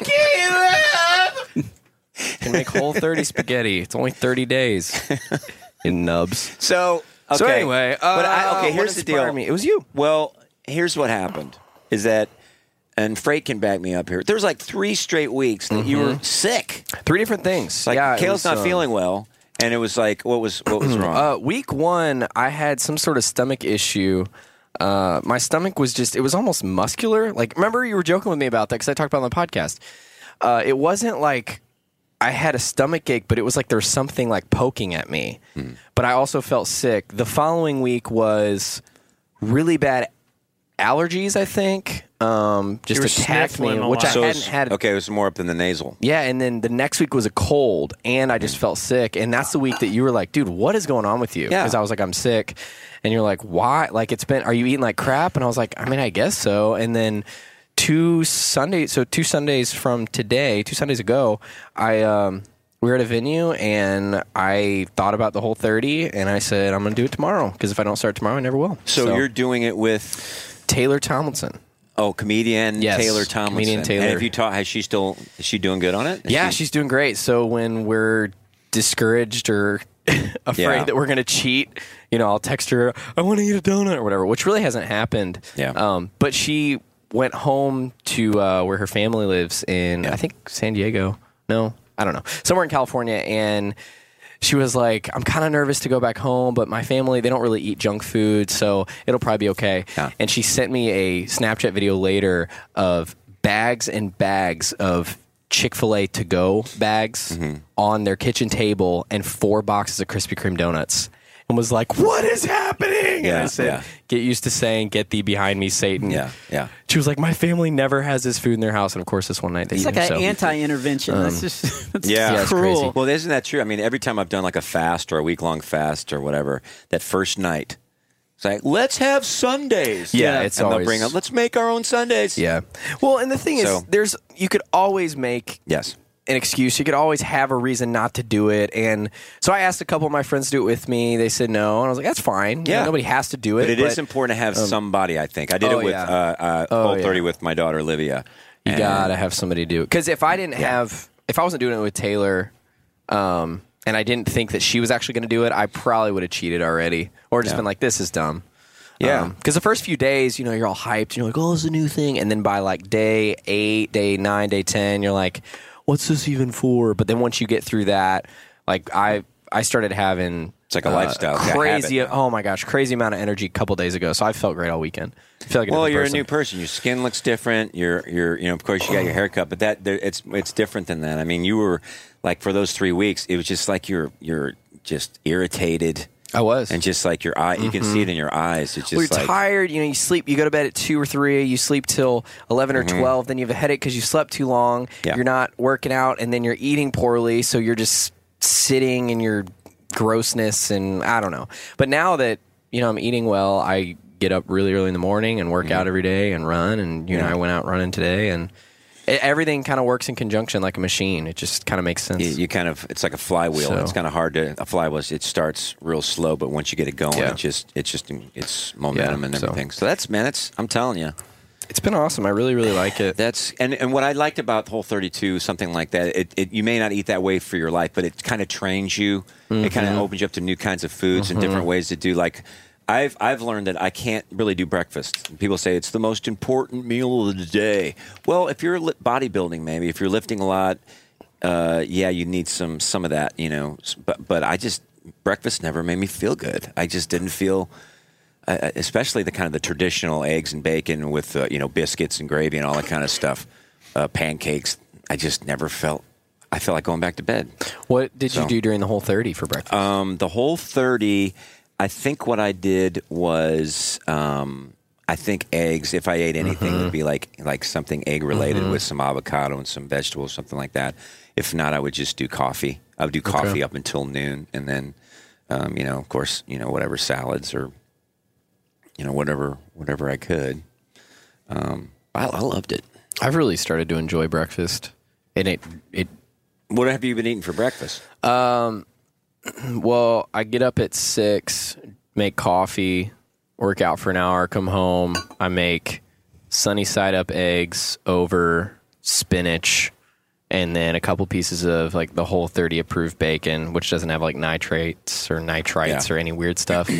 B: Caleb?
I: Can make whole 30 spaghetti. It's only 30 days. In nubs.
D: So
I: So anyway,
D: but
I: uh,
D: I, okay,
I: what
D: here's the deal.
I: inspired me? It was you.
D: Well, here's what happened: is that, and Freight can back me up here. There was like three straight weeks that you were
I: Mhm.
D: sick.
I: Three different things.
D: Like
I: Yeah, it
D: Kale's
I: was,
D: not
I: um,
D: feeling well, and it was like, what was what was wrong?
I: Uh, week one, I had some sort of stomach issue. Uh, my stomach was just, it was almost muscular. Like, remember you were joking with me about that because I talked about it on the podcast. Uh, it wasn't like I had a stomach ache, but it was like there was something like poking at me.
D: Hmm.
I: But I also felt sick. The following week was really bad allergies, I think. Um, just attacked me, which I
D: So
I: hadn't
D: it's-
I: had
D: Okay, it was more up in the nasal.
I: yeah, and then the next week was a cold, and I
D: Mm.
I: just felt sick. And that's the week that you were like, dude, what is going on with you?
D: Yeah.
I: Because I was like, I'm sick. And you're like, why? Like, it's been, are you eating like crap? And I was like, I mean, I guess so. And then two Sundays, so two Sundays from today, two Sundays ago, I, um, we were at a venue and I thought about the whole 30 and I said, I'm going to do it tomorrow because if I don't start tomorrow, I never will.
D: So, you're doing it with
I: Taylor Tomlinson.
D: Oh, comedian
I: Yes,
D: Taylor Tomlinson.
I: comedian Taylor.
D: And have you taught? Has she still? Is she doing good on it? Is
I: yeah,
D: she-
I: she's doing great. So when we're discouraged or afraid
D: Yeah.
I: that we're going to cheat, you know, I'll text her, I want to eat a donut or whatever, which really hasn't happened. Yeah. Um, but she went home to uh, where her family lives in, I think, San Diego. No, I don't know. Somewhere in California. And she was like, I'm kind of nervous to go back home, but my family, they don't really eat junk food, so it'll probably be okay. And she sent me a Snapchat video later of bags and bags of Chick fil A to go bags
D: Mm-hmm.
I: on their kitchen table and four boxes of Krispy Kreme donuts. And was like, what is happening? and I
D: Yeah,
I: said,
D: yeah.
I: get used to saying, get thee behind me, Satan. Yeah,
D: yeah.
I: She was like, my family never has this food in their house. And of course, this one night they
E: It's
I: did,
E: like an
I: so.
E: anti-intervention. that's
I: Um,
E: just that's
D: yeah,
E: yeah, cruel.
D: Well, isn't that true? I mean, every time I've done like a fast or a week long fast or whatever, that first night, it's like let's have Sundays.
I: Yeah, it's
D: and they'll
I: always-
D: bring up. Let's make our own Sundays.
I: Yeah. Well, and the thing is,
D: So-
I: there's you could always make
D: yes
I: an excuse. You could always have a reason not to do it. And so I asked a couple of my friends to do it with me. They said no, and I was like, that's fine. You know,
D: Yeah.
I: nobody has to do it.
D: But it is important to have
I: um,
D: somebody. I think I did
I: oh,
D: it with
I: yeah.
D: uh, uh,
I: Oh,
D: Whole Thirty
I: yeah.
D: with my daughter Olivia.
I: You
D: And-
I: gotta have somebody do it because if I didn't have, if I wasn't doing it with Taylor, um, and I didn't think that she was actually going to do it, I probably would have cheated already or just
D: Yeah.
I: been like, this is dumb.
D: Yeah.
I: Because the first few days, you know, you're all hyped and you're like, oh, it's a new thing. And then by like day eight, day nine, day 10, you're like, what's this even for? But then once you get through that, like I, I started having it's
D: like a lifestyle, it's like a
I: crazy.
D: habit.
I: oh my gosh, crazy amount of energy a couple days ago. So I felt great all weekend. I feel like a
D: well,
I: different
D: you're
I: person.
D: a new person. Your skin looks different. You're, you're, you know, of course you got your haircut, but that there, it's it's different than that. I mean, you were like for those three weeks, it was just like you're you're just irritated.
I: I was,
D: and just like your eye, you can
I: Mhm.
D: see it in your eyes. It's
I: Well,
D: just
I: you're
D: like
I: tired. You know, you sleep. You go to bed at two or three. You sleep till eleven or
D: Mhm.
I: twelve. Then you have a headache because you slept too long. You're not working out, and then you're eating poorly. So you're just sitting in your grossness, and I don't know. But now that you know I'm eating well, I get up really early in the morning and work out every day and run. And you know,
D: Mm-hmm. Yeah.
I: I went out running today, and it, everything kind of works in conjunction like a machine. It just kind of makes sense.
D: you, you kind of it's like a flywheel.
I: So-
D: It's kind of hard to a flywheel. It starts real slow, but once you get it going, it just it's just it's momentum
I: Yeah,
D: and
I: so-
D: everything. So. that's man, that's I'm telling you,
I: it's been awesome. I really really like it.
D: That's and and what I liked about Whole 32, something like that. It, it you may not eat that way for your life, but it kind of trains you. It kind of
I: Mhm.
D: opens you up to new kinds of foods and
I: Mhm.
D: different ways to do like. I've I've learned that I can't really do breakfast. People say it's the most important meal of the day. Well, if you're li- bodybuilding, maybe if you're lifting a lot, uh, yeah, you need some some of that, you know. S- But but I just breakfast never made me feel good. I just didn't feel, I- I- especially the kind of the traditional eggs and bacon with uh, you know biscuits and gravy and all that kind of stuff, uh, pancakes. I just never felt. I felt like going back to bed.
I: What did
D: So-
I: you do during the whole thirty for breakfast?
D: Um, the whole 30, I think what I did was, um, I think eggs, if I ate anything,
I: Mm-hmm.
D: it would be like, like something egg related
I: Mhm.
D: with some avocado and some vegetables, something like that. If not, I would just do coffee. I would do
I: Okay.
D: coffee up until noon. And then, um, you know, of course, you know, whatever salads or, you know, whatever, whatever I could. Um, I, I loved it.
I: I've really started to enjoy breakfast, and it it.
D: What have you been eating for breakfast?
I: Um, well, I get up at six, make coffee, work out for an hour, come home. I make sunny side up eggs over spinach, and then a couple pieces of like the whole thirty approved bacon, which doesn't have like nitrates or nitrites
D: Yeah.
I: or any weird stuff.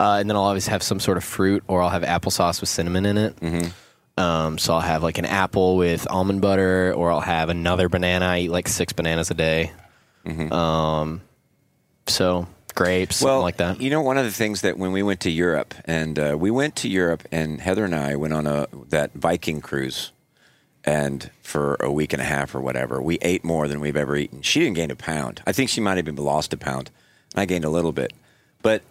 I: Uh, and then I'll always have some sort of fruit, or I'll have applesauce with cinnamon in it.
D: Mm-hmm.
I: Um, so I'll have like an apple with almond butter, or I'll have another banana. I eat like six bananas a day.
D: Mm-hmm.
I: Um, so grapes, something like that.
D: You know, one of the things that when we went to Europe, and uh, we went to Europe, and Heather and I went on a that Viking cruise, and for a week and a half or whatever, we ate more than we've ever eaten. She didn't gain a pound. I think she might have even lost a pound. I gained a little bit, but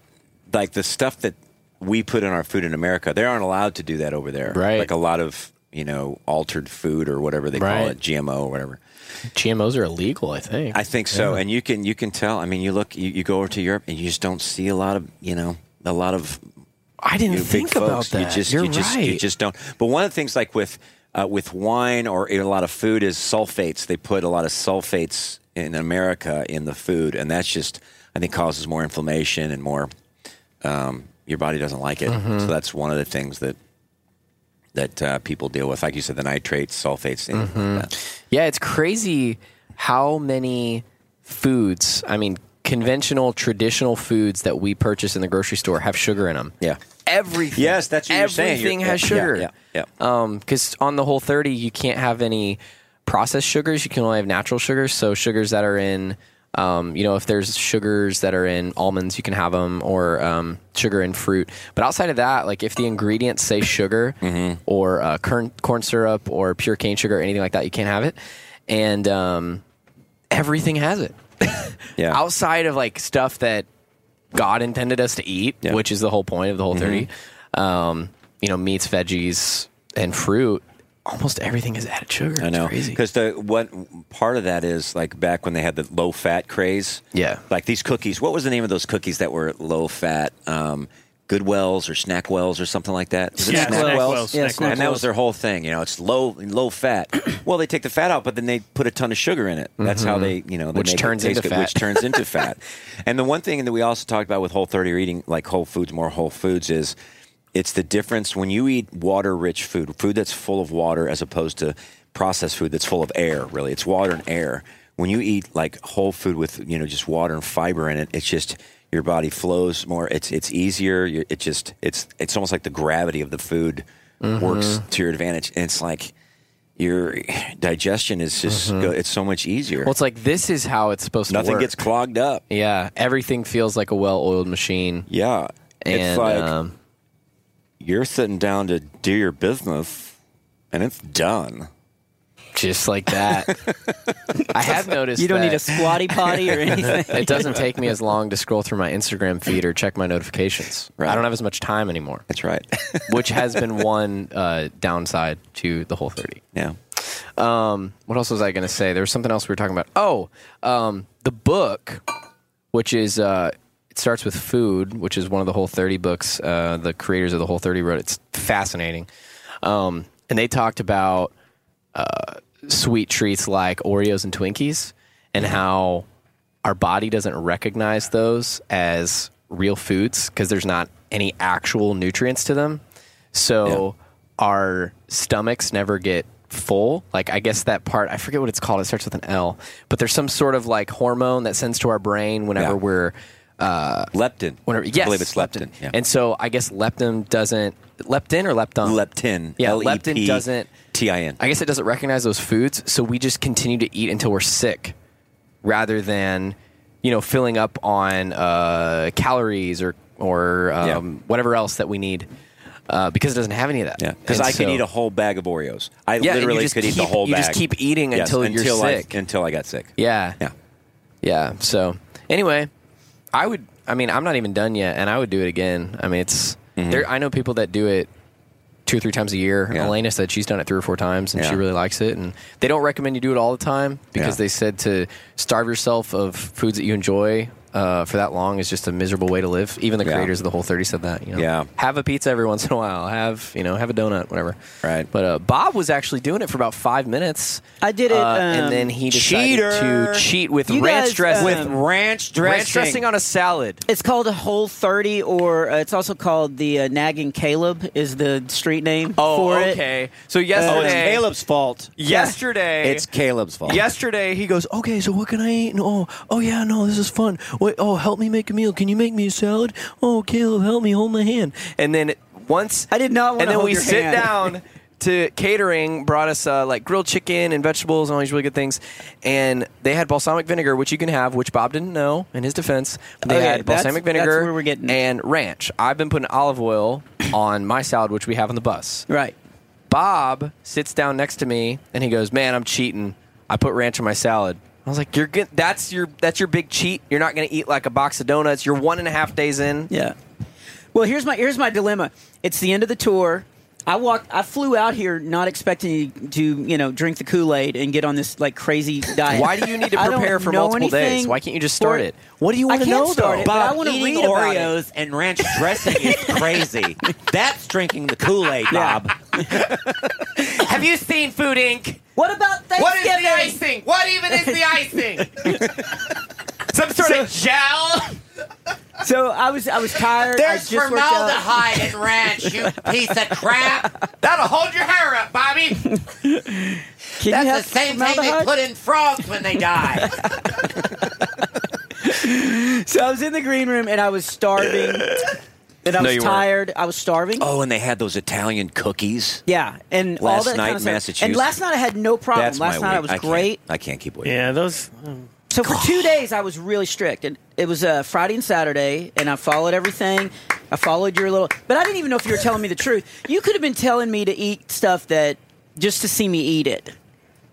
D: like the stuff that we put in our food in America, they aren't allowed to do that over there. Right, like a lot of you know altered food or whatever they call
I: Right.
D: it, GMO or whatever.
I: GMOs are illegal, I think.
D: I think so,
I: Yeah.
D: and you can you can tell. I mean, you look, you, you go over to Europe, and you just don't see a lot of you know a lot of.
I: I didn't
D: you know, big
I: think about
D: folks. You
I: that.
D: just
I: You're
D: you just you
I: right.
D: just don't. But one of the things like with uh, with wine or in a lot of food is sulfates. They put a lot of sulfates in America in the food, and that's just I think causes more inflammation and more. Um, your body doesn't like it,
I: Mhm.
D: so that's one of the things that that uh, people deal with. Like you said, the nitrates, sulfates, things
I: Mhm.
D: like that.
I: Yeah, it's crazy how many foods, I mean, conventional, traditional foods that we purchase in the grocery store have sugar in them.
D: Yeah.
I: Everything.
D: Yes, that's what you're saying.
I: everything
D: You're-
I: has
D: yeah,
I: sugar.
D: yeah, yeah.
I: Because on the whole 30, you can't have any processed sugars. You can only have natural sugars. So sugars that are in, um, you know, if there's sugars that are in almonds, you can have them or um, sugar in fruit. But outside of that, like if the ingredients say sugar
D: Mm-hmm.
I: or uh, corn, corn syrup or pure cane sugar or anything like that, you can't have it. And um, everything has it.
D: yeah.
I: Outside of like stuff that God intended us to eat, which is the whole point of the whole 30.
D: Mm-hmm.
I: Um, you know, meats, veggies, and fruit. Almost everything is added sugar.
D: I know because the what part of that is like back when they had the low fat craze.
I: Yeah,
D: like these cookies. What was the name of those cookies that were low fat? Um, Goodwells or Snackwells or something like that. Was it
I: Snack Wells. Snack Wells. Yeah,
D: and that
I: Snack
D: was their whole thing. You know, it's low low fat. well, they take the fat out, but then they put a ton of sugar in it. That's how
I: Mhm.
D: they you know they
I: Which
D: make it
I: turns
D: taste
I: into
D: good, which
I: fat.
D: turns into fat. And the one thing that we also talked about with Whole 30 or eating like Whole Foods, more Whole Foods is it's the difference when you eat water rich food, food that's full of water as opposed to processed food that's full of air, really. It's water and air. when you eat like whole food with you know just water and fiber in it, it's just your body flows more. It's it's easier. you it just it's it's almost like the gravity of the food works
I: Mhm.
D: to your advantage, and it's like your digestion is just
I: Mhm.
D: go, it's so much easier.
I: Well, it's like this is how it's supposed to
D: Nothing
I: work.
D: gets clogged up.
I: Yeah, everything feels like a well-oiled machine.
D: Yeah,
I: and
D: it's like
I: um,
D: you're sitting down to do your business, and it's done.
I: Just like that. I have noticed
E: You don't need
I: that-
E: a squatty potty or anything.
I: it doesn't take me as long to scroll through my Instagram feed or check my notifications. I don't have as much time anymore.
D: That's right.
I: which has been one uh, downside to the whole 30.
D: Yeah.
I: Um, what else was I going to say? There was something else we were talking about. Oh, um, the book, which is uh, it starts with food, which is one of the whole 30 books. Uh, the creators of the whole 30 wrote. It's fascinating, um, and they talked about uh, sweet treats like Oreos and Twinkies, and how our body doesn't recognize those as real foods because there's not any actual nutrients to them. So our stomachs never get full. Like I guess that part I forget what it's called. It starts with an L, but there's some sort of like hormone that sends to our brain whenever we're uh,
D: leptin.
I: Whenever yes,
D: believe it's leptin, yeah.
I: And so I guess leptin doesn't leptin or leptin.
D: Leptin.
I: Yeah, leptin
D: L-E-P-
I: doesn't
D: T I N.
I: I guess it doesn't recognize those foods, so we just continue to eat until we're sick, rather than you know filling up on uh, calories or or um, whatever else that we need uh, because it doesn't have any of that. Yeah,
D: Because I could eat a whole bag of Oreos. I
I: Yeah, and you
D: literally
I: just
D: could eat the
I: keep-
D: whole
I: you
D: bag.
I: just keep eating
D: Yes,
I: until you're
D: I-
I: sick.
D: until I got sick.
I: Yeah.
D: Yeah.
I: Yeah. So anyway, I would. I mean, I'm not even done yet, and I would do it again. I mean, it's
D: Mm-hmm.
I: there. I know people that do it two or three times a year. Elena said she's done it three or four times, and she
D: Yeah.
I: really likes it. And they don't recommend you do it all the time because
D: Yeah.
I: they said to starve yourself of foods that you enjoy. Uh, for that long is just a miserable way to live. Even the
D: Yeah.
I: creators of the whole thirty said that. You know?
D: Yeah.
I: have a pizza every once in a while. Have you know have a donut, whatever.
D: Right.
I: But uh, Bob was actually doing it for about five minutes.
E: I did it, um,
I: Uh, and then he decided
E: cheater.
I: to cheat with
E: You
I: ranch
E: guys,
I: dressing.
E: With um, ranch
I: ranch
E: dressing.
I: dressing on a salad.
E: It's called a Whole 30, or uh, it's also called the uh, Nagging Caleb is the street name
I: Oh,
E: for it. Uh,
I: okay. So yesterday,
Q: fault.
I: Yesterday,
D: Caleb's
I: Yesterday, he goes, "Okay, so what can I eat?"
Q: No, oh, oh yeah, no, this is fun. Wait, oh, help me make a meal. Can you make me a salad? Oh, Caleb, help me hold my hand.
I: and then once I
E: did not.
I: And then
Q: hold
I: we
Q: your
I: sit
Q: hand.
I: down to catering. Brought us uh, like grilled chicken and vegetables and all these really good things. And they had balsamic vinegar, which you can have, which Bob didn't know. In his defense, they
E: Okay,
I: had
E: that's-
I: balsamic
E: that's
I: vinegar
E: where we're getting-
I: and ranch. I've been putting olive oil on my salad, which we have on the bus.
E: Right.
I: Bob sits down next to me and he goes, "Man, I'm cheating. I put ranch on my salad." I was like, "You're good. That's your that's your big cheat. You're not going to eat like a box of donuts. You're one and a half days in."
E: Yeah. Well, here's my here's my dilemma. It's the end of the tour. I walked. I flew out here not expecting to, you know, drink the Kool Aid and get on this like crazy diet.
I: Why do you need to
E: I don't
I: prepare for
E: know
I: multiple
E: anything
I: days? Why can't you just start
E: for-
I: it? What do you
E: I
I: want to
E: can't
I: know
E: start
I: though?
E: it, but I
Q: Bob
E: want to
Q: eating
E: read about it.
Q: Oreos and ranch dressing is crazy. That's drinking the Kool Aid, Bob.
B: Have you seen Food Inc.?
E: What about
B: What is
Q: Thanksgiving?
B: the icing? What even is the icing? Some sort of gel?
E: So I was I was tired. I
B: There's
E: just worked out.
B: formaldehyde in ranch, you piece of crap. That'll hold your hair up, Bobby.
E: Can
B: That's the same thing they put in frogs when they die.
E: so I was in the green room and I was starving. And I
D: No,
E: was
D: you weren't.
E: tired. I was starving.
D: Oh, and they had those Italian cookies.
E: Yeah, and all
D: last
E: that
D: night
E: kind of
D: in
E: stuff.
D: Massachusetts.
E: And last night I had no problem.
D: That's
E: last
D: my
E: night I was
D: week. can't-
E: great.
D: I can't keep waiting.
C: Yeah, those.
E: So for two days I was really strict, and it was uh, Friday and Saturday, and I followed everything. I followed your little, but I didn't even know if you were telling me the truth. You could have been telling me to eat stuff that just to see me eat it.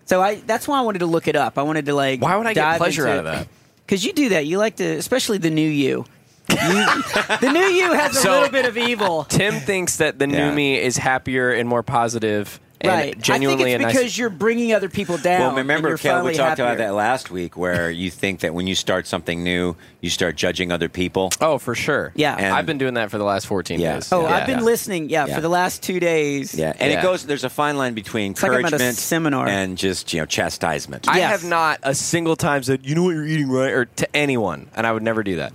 E: So I that's why I wanted to look it up. I wanted to like why would
I: I get pleasure out of that?
E: Because you do that. You like to, especially the new you. You- the new you has a
I: So-
E: little bit of evil.
I: Tim thinks that the
E: Yeah.
I: new me is happier and more positive and
E: Right.
I: genuinely
E: I think
I: a
E: it's
I: nice-
E: because you're bringing other people down.
D: Well,
E: and
D: remember,
E: you're
D: Caleb, we
E: finally
D: talked about
E: happier.
D: that last week where you think that when you start something new, you start judging other people.
I: Oh, for sure.
E: Yeah.
I: I've been doing that for the last 14
D: Yeah.
I: days.
E: Oh,
D: Yeah.
E: I've been
D: Yeah.
E: listening. Yeah,
D: Yeah.
E: for the last two days.
D: Yeah, and it goes. There's a fine line between
E: like I'm at a
D: encouragement,
E: seminar.
D: and just you know chastisement.
I: I have not a single time said, you know what you're eating, right? Or to anyone. And I would never do that.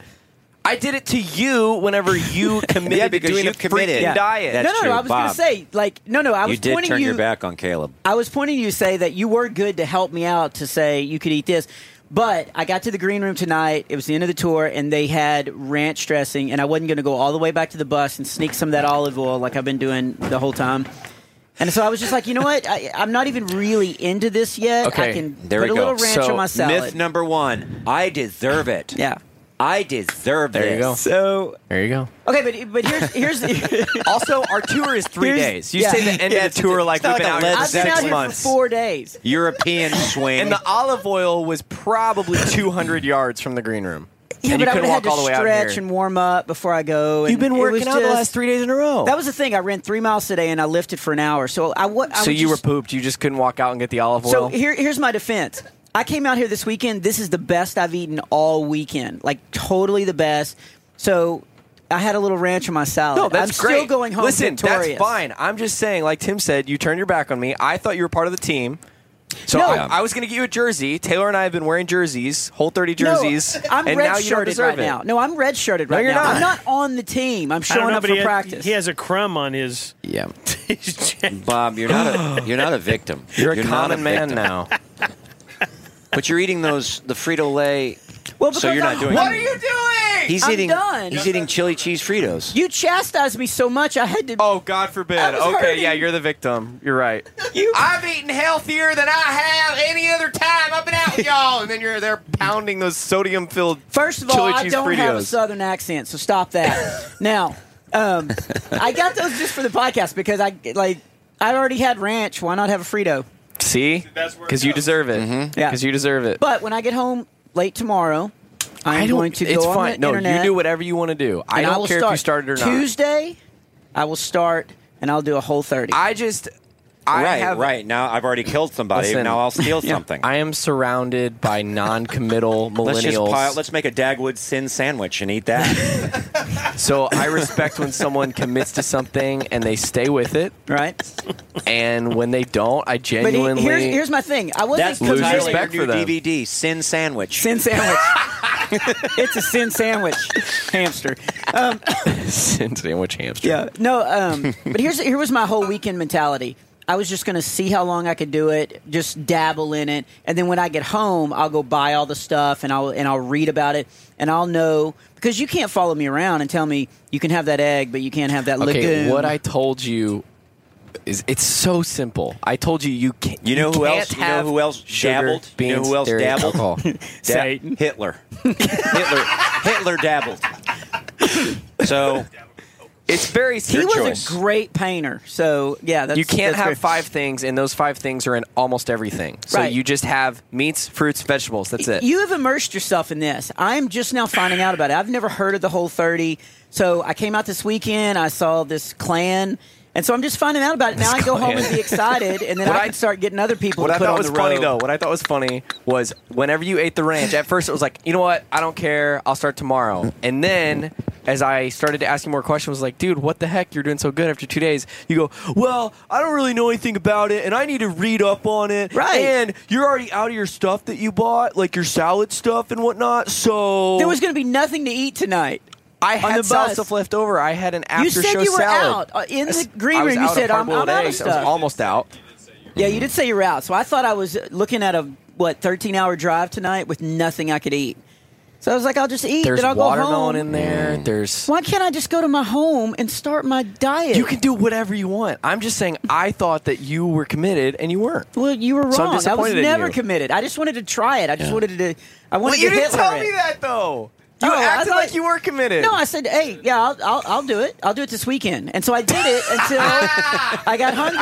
I: I did it to you whenever you committed
D: Yeah,
I: to
D: because
I: doing
D: you
I: a
D: committed.
I: freaking
D: Yeah.
I: diet.
D: That's
E: no, no,
D: true,
E: no. I was going to
D: Bob.
E: say, like, no, no. I was
D: you did
E: pointing
D: turn
E: you.
D: your back on Caleb.
E: I was pointing you to say that you were good to help me out to say you could eat this. But I got to the green room tonight. It was the end of the tour, and they had ranch dressing, and I wasn't going to go all the way back to the bus and sneak some of that olive oil like I've been doing the whole time. And so I was just like, you know what? I, I'm not even really into this yet. I can
D: there
E: put
D: we
E: a
D: go.
E: little ranch
D: so
E: on my salad.
D: myth number one: I deserve it.
E: yeah,
D: I deserve
R: There
D: this.
R: you go.
E: So
R: there you go.
E: Okay, but but here's here's
I: also our tour is three
E: Here's-
I: days. You
E: yeah.
I: say the end
D: Yeah,
I: of the tour like
D: it's not
I: we've
D: like
I: been
D: a
I: out
D: Led
I: here six
D: I've been out here for
I: months.
E: four days.
D: European swing.
I: And the olive oil was probably 200 yards from the green room.
E: Yeah,
I: and
E: but
I: you
E: I would
I: couldn't
E: have
I: walk
E: had
I: all the
E: to
I: way out
E: stretch
I: here.
E: and warm up before I go. And
I: You've been
E: it was
I: working out the
E: just-
I: last three days in a row.
E: That was the thing. I ran three miles today and I lifted for an hour. So I wa- I
I: so
E: was
I: you
E: just-
I: were pooped. You just couldn't walk out and get the olive oil.
E: So here, here's my defense. I came out here this weekend. This is the best I've eaten all weekend. Like totally the best. So I had a little ranch on my salad.
I: no, that's
E: Oh, I'm
I: great.
E: still going home
I: Listen,
E: victorious.
I: that's fine. I'm just saying, like Tim said, you turned your back on me. I thought you were part of the team. So
E: No.
I: I, I was going to get you a jersey. Taylor and I have been wearing jerseys, whole 30 jerseys.
E: No, I'm
I: and now
E: red
I: you don't
E: shirted
I: deserve
E: right
I: it.
E: now. No, I'm red shirted
I: No,
E: right
I: you're
E: now.
I: not.
E: I'm not on the team. I'm
C: I don't
E: showing
C: know,
E: up
C: but
E: for
C: he had-
E: practice.
C: he has a crumb on his.
I: Yeah.
D: Bob, you're not a, you're not a victim.
I: You're a
D: not
I: common man
D: victim.
I: now.
D: but you're eating those the Frito Lay.
E: Well,
D: so you're not doing.
E: What are
D: it.
E: you doing?
D: He's
E: I'm
D: eating.
E: Done.
D: He's eating chili cheese Fritos.
E: You chastised me so much. I had to.
I: Oh God forbid.
E: I was
I: Okay,
E: hurting.
I: yeah, you're the victim. You're right.
B: I've eaten healthier than I have any other time. I've been out with y'all, and then you're there.
I: Pounding those sodium filled
E: First of all,
I: chili
E: I
I: cheese
E: don't
I: Fritos.
E: have a southern accent, so stop that. now, um, I got those just for the podcast because I like I already had ranch. Why not have a Frito?
I: See? Because you deserve it.
E: Mm-hmm. Yeah.
I: Because you deserve it.
E: But when I get home late tomorrow, I'm
I: Uh, I don't-
E: going to go
I: it's
E: on
I: fine.
E: the
I: no,
E: internet.
I: you do whatever you want to do. I
E: and
I: don't
E: will
I: care
E: start.
I: if you started or not.
E: Tuesday, I will start and I'll do a whole thirty.
I: I just
D: right, right. Now I've already killed somebody.
I: Listen,
D: now I'll steal
I: yeah,
D: something.
I: I am surrounded by non-committal
D: Let's just
I: millennials.
D: pile, let's make a Dagwood sin sandwich and eat that.
I: So I respect when someone commits to something and they stay with it.
E: Right.
I: And when they don't,
E: but
I: I
E: he-
I: genuinely
E: here's here's my thing. I wasn't
I: That's the
E: committed-
I: title of your Respect for new them.
D: DVD sin sandwich.
E: Sin sandwich. it's a sin sandwich, hamster. Um,
I: sin sandwich hamster.
E: Yeah. No, um, but here's here was my whole weekend mentality. I was just going to see how long I could do it, just dabble in it, and then when I get home, I'll go buy all the stuff and I'll and I'll read about it and I'll know because you can't follow me around and tell me you can have that egg, but you can't have that
I: Okay,
E: lagoon.
I: what I told you is it's so simple. I told you you can't.
D: You know who
I: can't
D: else? You know
I: have
D: who else
I: sugar,
D: dabbled?
I: Beans,
D: you know who else
I: dairy,
D: dabbled?
I: alcohol.
D: Satan. Hitler. Hitler. Hitler dabbled. So
I: it's very
E: he was a great painter, so yeah, that's
I: you can't
E: that's
I: have
E: great.
I: five things, and those five things are in almost everything. So
E: Right.
I: you just have meats, fruits, vegetables. That's it.
E: You have immersed yourself in this. I'm just now finding out about it. I've never heard of the Whole 30. So I came out this weekend. I saw this clan. And so I'm just finding out about it. Now I go home and be excited, and then
I: What
E: I,
I: I-
E: can start getting other people
I: What
E: to
I: I
E: put
I: thought
E: on
I: was
E: the
I: funny
E: road.
I: though, what I thought was funny was whenever you ate the ranch, at first it was like, you know what, I don't care, I'll start tomorrow. And then as I started to ask you more questions, I was like, dude, what the heck? You're doing so good after two days. You go, Well, I don't really know anything about it and I need to read up on it.
E: Right.
I: And you're already out of your stuff that you bought, like your salad stuff and whatnot. So
E: There was going to be nothing to eat tonight.
I: I
E: on
I: had
E: the
I: salad
E: bus.
I: stuff left over. I had an after
E: You said
I: show
E: you were
I: salad.
E: out uh, in
I: I s-
E: the green
I: I was
E: room. You
I: out of
E: said I'm, I'm
I: hard-boiled
E: out of
I: eggs. I was
E: stuff.
I: almost out.
E: yeah, you did say you were out. So I thought I was looking at a what 13 hour drive tonight with nothing I could eat. So I was like, I'll just eat.
I: There's
E: then I'll go home.
I: watermelon in there.
D: Mm.
I: There's
E: Why can't I just go to my home and start my diet?
I: You can do whatever you want. I'm just saying I thought that you were committed and you weren't.
E: Well, you were wrong.
I: So I'm
E: I was
I: disappointed in
E: never
I: you.
E: committed. I just wanted to try it. I just
I: Yeah.
E: wanted to. I
I: Well,
E: wanted
I: you
E: to
I: didn't
E: Hitler
I: tell
E: it.
I: me that though. You
E: Oh, I
I: acted
E: thought-
I: like you were committed.
E: No, I said, hey, yeah, I'll, I'll, I'll do it. I'll do it this weekend. And so I did it until
I: Ah!
E: I got hungry.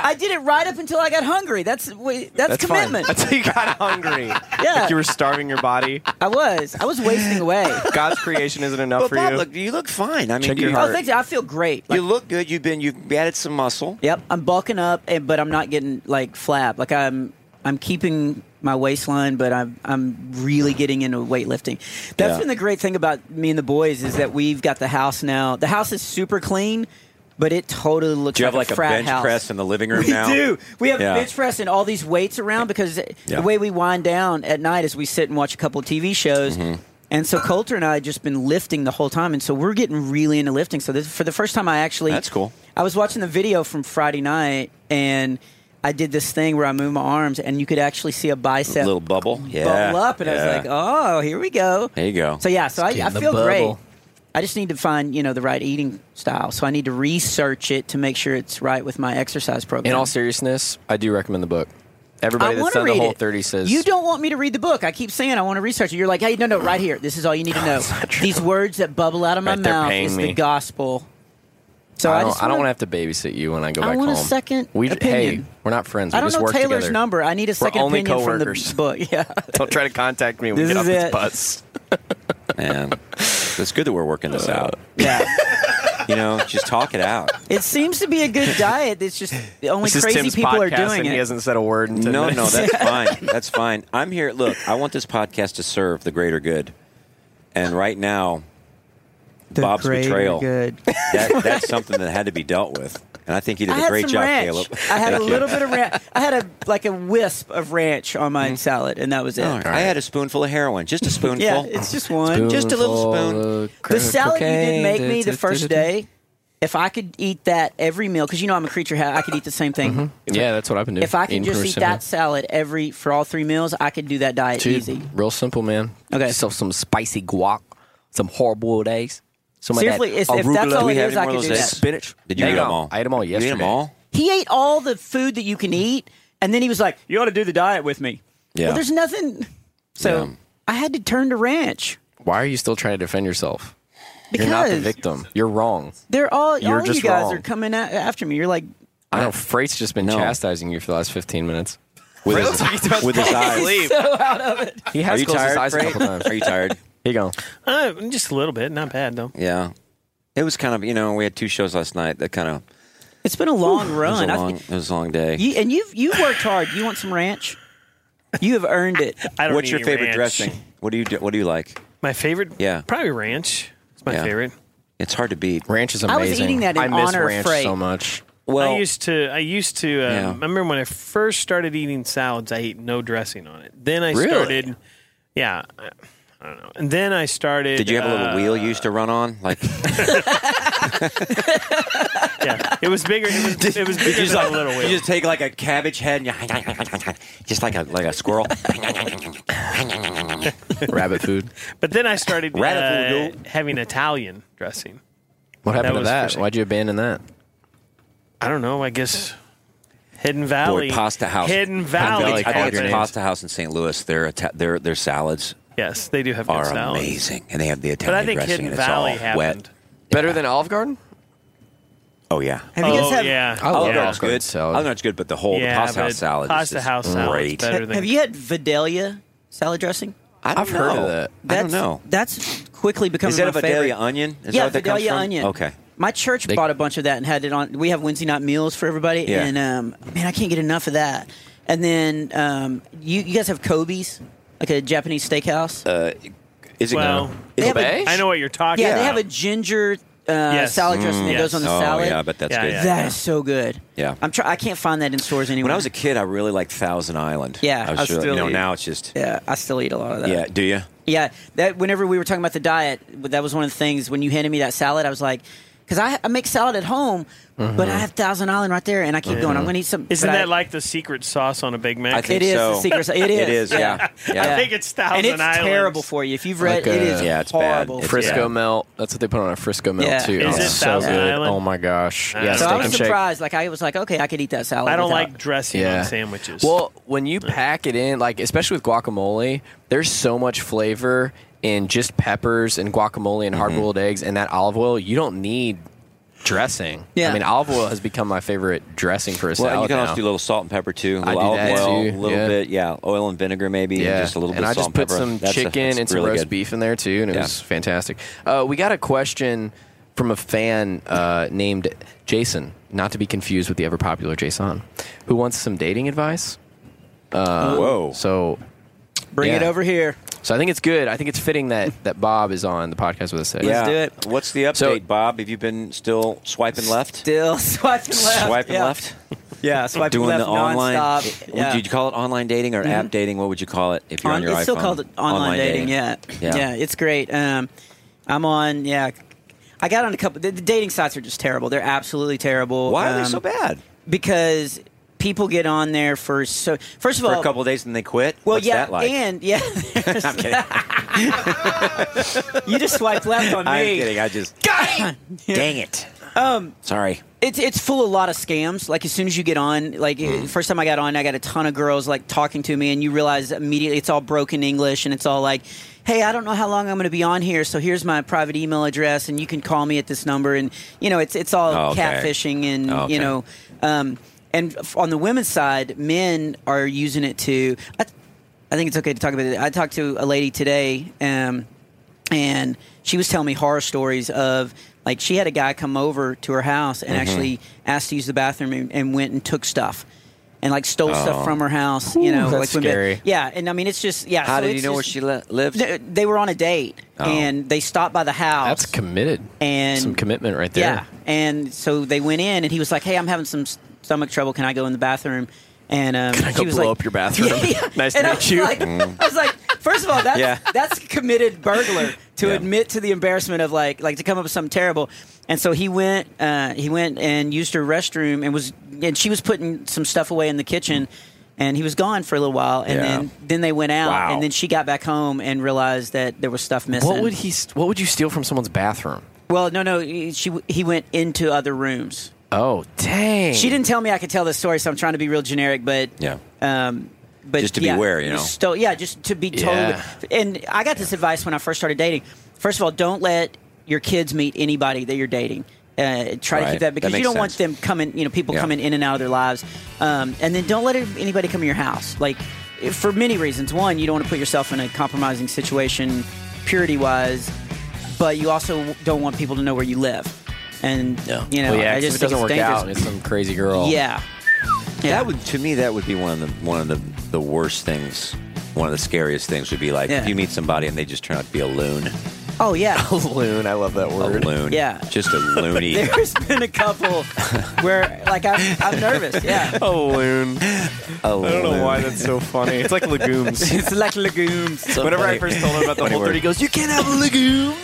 E: I did it right up until I got hungry. That's wait, that's,
I: That's fine.
E: commitment.
I: That's how you got hungry.
E: Yeah.
I: Like you were starving your body.
E: I was. I was wasting away.
I: God's creation isn't enough
D: But
I: for
D: Bob,
I: you.
D: look, you look fine. I mean,
I: Check your
D: you,
E: Oh, thank you. I feel great. Like,
D: you look good. You've been you've added some muscle.
E: yep, I'm bulking up, and, but I'm not getting like flab. Like I'm I'm keeping my waistline, but I'm I'm really getting into weightlifting. That's
S: Yeah.
E: been the great thing about me and the boys is that we've got the house now. The house is super clean, but it totally looks
D: Do you have
E: like
D: like
E: a
D: a
E: frat
D: bench
E: house.
D: press in the living room
E: we
D: now?
E: do. We have
D: Yeah.
E: bench press and all these weights around because
D: Yeah. Mm-hmm.
E: the way we wind down at night is we sit and watch a couple TV shows. And so Coulter and I had just been lifting the whole time, and so we're getting really into lifting. So this, for the first time, I actually
D: That's cool.
E: I was watching the video from Friday night, and I did this thing where I moved my arms, and you could actually see a bicep
D: Little bubble. Yeah.
E: bubble up, and I
D: Yeah.
E: was like, "Oh, here we go."
D: There you go.
E: So yeah, so I,
D: Get in
E: I
D: the
E: feel great.
D: bubble.
E: I just need to find you know the right eating style. So I need to research it to make sure it's right with my exercise program.
I: In all seriousness, I do recommend the book. Everybody
E: I
I: that's
E: wanna
I: done the
E: read
I: whole
E: it.
I: 30 says
E: You don't want me to read the book. I keep saying I want to research it. You're like, hey, no, no, right here. This is all you need to know. These words that bubble out of my
I: Right, they're
E: mouth
I: paying
E: is
I: me.
E: the gospel. So I,
I: I don't,
E: just
I: I don't
E: wanna-
I: want to have to babysit you when I go
E: I
I: back
E: want a
I: home.
E: second
I: we, Hey,
E: opinion.
I: we're not friends.
E: I
I: we
E: don't
I: just
E: know
I: work
E: Taylor's
I: together.
E: number. I need a second
I: we're only
E: opinion from the
I: coworkers.
E: book. Yeah.
I: don't try to contact me when
E: This
I: we get off
E: is
I: this
E: it.
I: bus.
D: Man, it's good that we're working this out.
E: Uh, Yeah.
D: you know, just talk it out.
E: It seems to be a good diet. It's just the only
D: This is
E: crazy
D: Tim's
E: people are
D: podcast
E: doing
D: and
E: it.
D: he
I: hasn't said a word. In 10
D: No, no,
I: minutes.
D: that's fine. That's fine. I'm here. Look, I want this podcast to serve the greater good. And right now, Bob's
E: greater
D: betrayal.
E: good.
D: That, that's something that had to be dealt with. And I think you
E: I
D: did a
E: had
D: great
E: some
D: job,
E: ranch.
D: Caleb.
E: I had
D: Thank
E: a
D: you.
E: little bit of ranch. I had a like a wisp of ranch on my salad, and that was it.
D: All right. I had a spoonful of heroin, just a spoonful.
E: Yeah, it's just one.
D: just a little spoon.
E: The salad you did make me the first day. If I could eat that every meal, because you know I'm a creature, ha- I could eat the same thing.
I: Mm-hmm.
T: Yeah, that's what I've been doing.
E: If I could
T: Eating
E: just eat
T: crucifer.
E: that salad every for all three meals, I could do that diet
I: Dude,
E: easy.
I: Real simple, man. Okay. So some spicy guac, some hard-boiled eggs, some
E: Seriously,
I: of
E: if-
I: that
E: if that's
I: arugula.
E: all Do we it have is, any I more of could
D: do those that. eggs?
I: Spinach.
D: Did you eat
I: Hang
D: 'em
I: on.
D: all?
I: I ate them all
D: You ate 'em
I: yesterday.
D: all?
E: He ate all the food that you can eat, and then he was like, "You ought to do the diet with me."
I: Yeah.
E: Well, there's nothing. So
I: Yeah.
E: I had to turn to ranch.
I: Why are you still trying to defend yourself? You're not the
E: Because-
I: victim. You're wrong.
E: They're all.
I: You're
E: all
I: just
E: you guys
I: wrong.
E: are coming a- after me. You're like,
I: I know Freight's just been
D: No.
I: chastising you for the last 15 minutes.
D: With his- with his eyes.
E: so out of it.
I: He has
D: Are you
I: closed his
D: tired,
I: eyes a
D: Freight?
I: couple times.
D: Are you tired?
I: Here you go.
C: Uh, just a little bit, not bad though.
D: Yeah. It was kind of, you know, we had two shows last night that kind of.
E: It's been a long
D: It
E: run.
D: was a
E: I
D: long, it was a long day.
E: You, and you've you worked hard. You want some ranch? You have earned it.
D: What's your favorite dressing? What do you do, What do you like?
C: My favorite?
D: Yeah.
C: Probably ranch. It's my favorite.
D: It's hard to beat.
I: Ranch is
C: I was amazing. eating that in I miss honor of ranch Freight. so
I: much.
D: Well,
C: I used to. I used to. Um,
D: Yeah.
C: I remember when I first started eating salads, I ate no dressing on it. Then I
D: Really?
C: started. Yeah, I, I don't know. And then I started.
D: Did you have a little
C: uh,
D: wheel you used to run on? Like,
C: Yeah, it was bigger. It was, it was bigger than a little wheel.
D: You just take like a cabbage head and you, just like a like a squirrel.
C: uh,
I: Rabbit food.
C: But then I started uh,
I: Ratatouille.
C: having Italian dressing.
I: What happened
C: That
I: to
C: was
I: that?
C: fishing.
I: Why'd you abandon that?
C: I don't know. I guess Hidden Valley
D: Boy, Pasta House.
C: Hidden
D: I
C: Valley.
D: think, it's- I think
C: called
D: it's
C: it.
D: Pasta House in St. Louis. Their Ita- their their salads.
C: Yes, they do have good
D: are
C: salads.
D: amazing, and they have the
C: But I
D: Italian
C: think
D: dressing,
C: Hidden
D: and it's
C: Valley
D: all
C: happened.
D: wet.
I: Better than Olive Garden?
D: Oh yeah.
I: Have you guys Oh, had- yeah. I love
D: Olive Garden's
I: Olive Garden
D: good.
I: salad.
D: Olive Garden's good, but the whole
I: Yeah,
D: the Pasta
I: but
D: House salad. is
I: Pasta
D: just
I: House salad's
D: great.
I: better
E: Have you had Vidalia salad dressing?
D: I don't I've heard of know. that. I
E: That's,
D: don't know.
E: That's quickly becoming
D: Is that
E: my
D: a Vidalia
E: favorite.
D: onion? Is
E: yeah,
D: that what that comes
E: Vidalia
D: from?
E: onion.
D: Okay.
E: My church bought a bunch of that and had it on. We have Wednesday night meals for everybody,
D: Yeah.
E: and um, man, I can't get enough of that. And then um, you you guys have Kobe's, like a Japanese steakhouse.
D: Uh, is it
C: Well,
E: They have a-
C: I know what you're talking
E: yeah,
C: about.
E: they have a ginger uh,
C: Yes.
E: salad dressing
D: Mm,
E: that goes on the
D: yes. Oh,
E: salad.
D: yeah, I bet that's
E: That
D: Yeah,
E: is
D: good. yeah, yeah.
E: so good.
D: Yeah.
E: I'm try- I can't find that in stores anymore.
D: When I was a kid, I really liked Thousand Island.
E: Yeah,
D: I was
E: I
D: really-
E: still
D: you know,
E: eat-
D: now it's just
E: yeah, I still eat a lot of that.
D: yeah. Do you?
E: Yeah, that whenever we were talking about the diet, that was one of the things when you handed me that salad, I was like, because I, I make salad at home, but
C: Mhm.
D: Mm-hmm.
E: I have Thousand Island right there, and I keep going. I'm going to eat some.
C: Isn't
E: but I-
C: that like the secret sauce on a Big Mac?
E: I think It is so. the secret sauce. It
D: It is, yeah. Yeah.
C: I think it's Thousand
E: and it's
C: Islands.
E: terrible for you if you've read. it is
D: yeah, it's bad.
E: horrible.
D: It's
I: Frisco
D: bad.
I: melt. That's what they put on a Frisco melt
E: Yeah.
I: too.
E: Is
I: Oh,
E: it
I: so
E: Thousand
I: good.
E: Island?
I: Oh my gosh. Yeah,
E: so
I: steak
E: I was
I: and shake.
E: surprised. Like I was like, okay, I could eat that salad.
I: I don't
E: without-
I: like
C: dressing on sandwiches.
I: Well, when you pack it in, like especially with guacamole, there's so much flavor in just peppers and guacamole and hard boiled eggs and that olive oil. You don't need dressing.
D: Yeah.
I: I mean, olive oil has become my favorite dressing for a
D: Well,
I: salad.
D: and you can
I: now.
D: also do a little salt and pepper too. A
I: I do
D: little olive
I: that
D: oil,
I: too,
D: a little
I: yeah.
D: bit, yeah, oil and vinegar maybe, and just a little bit.
I: And
D: of
I: I
D: salt
I: just put
D: pepper.
I: some
D: That's a-
I: chicken
D: that's
I: and some
D: really
I: roast
D: good.
I: beef in there too, and it
D: Yeah.
I: was fantastic. Uh, we got a question from a fan uh, named Jason, not to be confused with the ever popular Jason, who wants some dating advice. Uh,
D: Whoa!
I: So
E: Bring it
I: yeah.
E: over here.
I: So I think it's good. I think it's fitting that that Bob is on the podcast with us today.
D: Yeah. What's the update, Bob? Have you been still swiping left?
E: Still swiping left.
D: Swiping
E: yeah.
D: left.
E: Yeah, swiping
D: doing
E: left
D: the online.
E: nonstop.
D: Would
E: Yeah.
D: you- Did you call it online dating or app
E: Mhm.
D: dating? What would you call it if you're on,
E: On-
D: your iPhone?
E: it's still called online, dating. Yeah. yeah,
D: Yeah.
E: it's great. Um, I'm on. Yeah, I got on a couple. The, the dating sites are just terrible. They're absolutely terrible. Um,
D: Why are they so bad?
E: Because people get on there for so. First of
D: For
E: all,
D: a couple of days and they quit.
E: Well,
D: What's
E: yeah,
D: that like?
E: and yeah,
D: I'm kidding.
E: you just swiped left on me.
D: I'm kidding. I just. Dang it.
E: Um,
D: Sorry.
E: It's it's full of a lot of scams. Like as soon as you get on, like eh, first time I got on, I got a ton of girls like talking to me, and you realize immediately it's all broken English, and it's all like, "Hey, I don't know how long I'm going to be on here, so here's my private email address, and you can call me at this number." And you know, it's it's all
A: Oh, okay.
E: catfishing, and
A: Oh, okay.
E: you know, um, and f- on the women's side, men are using it to. I, I think it's okay to talk about it. I talked to a lady today. Um, and she was telling me horror stories of like she had a guy come over to her house and
A: Mhm.
E: actually asked to use the bathroom and, and went and took stuff and like stole
A: Oh.
E: stuff from her house you
A: Ooh,
E: know like
A: that's
E: when they-
A: scary.
E: yeah and i mean it's just yeah
A: How
E: so
A: did
E: it's
A: you know where
E: just-
D: she li- lived?
E: they, they were on a date
I: Oh.
E: and they stopped by the house
I: That's committed.
E: and
I: Some commitment right there.
E: yeah. And so they went in, and he was like, "Hey, I'm having some s- stomach trouble. Can I go in the bathroom?" And um, Can I
U: go
E: she was
U: blow
E: like,
U: up your bathroom? Nice to
E: And I
U: meet
E: was
U: you.
E: like-
U: Mm.
E: I was like, first of all, that's
U: Yeah.
E: that's committed burglar to
U: Yeah.
E: admit to the embarrassment of like like to come up with something terrible. And so he went uh, he went and used her restroom and was and she was putting some stuff away in the kitchen. And he was gone for a little while, and
I: Yeah.
E: then, then they went out,
I: Wow.
E: and then she got back home and realized that there was stuff missing.
I: What would he? st- What would you steal from someone's bathroom?
E: Well, no, no. She he went into other rooms.
I: Oh, dang!
E: She didn't tell me I could tell this story, so I'm trying to be real generic. But
D: Yeah.
E: um, but
D: Just to be
E: yeah,
D: aware, you know.
E: sto- yeah, just to be told.
D: Yeah.
E: And I got this advice when I first started dating. First of all, don't let your kids meet anybody that you're dating. Uh, try to keep
A: Right.
E: that
A: That
E: because you
A: makes
E: don't want
A: sense.
E: them coming, you know, people
A: Yeah.
E: coming in and out of their lives. Um, and then don't let anybody come in your house. Like, for many reasons. One, you don't want to put yourself in a compromising situation, purity wise, but you also don't want people to know where you live. And, you know,
I: Well, yeah,
E: I
I: 'cause
E: just
I: if it doesn't work
E: think it's dangerous.
I: out, and it's some crazy girl.
D: Oh.
E: Yeah.
D: That would to me that would be one of the one of the, the worst things. One of the scariest things would be like
E: Yeah.
D: if you meet somebody and they just turn out to be a loon.
E: Oh yeah,
D: a loon. I love that word. A loon.
E: Yeah.
D: just a loony.
E: There's been a couple where, like, I'm, I'm nervous. Yeah.
U: A loon. I don't know why that's so funny. It's like legumes.
E: it's like legumes.
U: Whenever I first told him about the whole 30, he goes, You can't have legumes.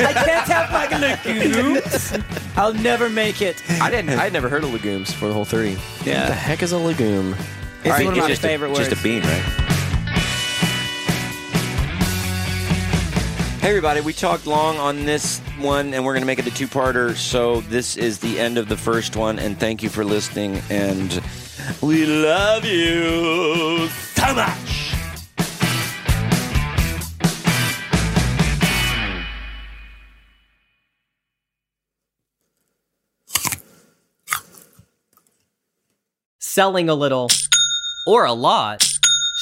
E: I can't have my legumes. I'll never make it.
U: I didn't. I'd never heard of legumes for the whole 30.
E: Yeah.
U: What the heck is a legume?
E: It's one of my favorite
D: just
E: words.
D: a bean, right? Hey everybody, we talked long on this one and we're going to make it a two-parter. So this is the end of the first one and thank you for listening and we love you so much.
V: selling a little or a lot.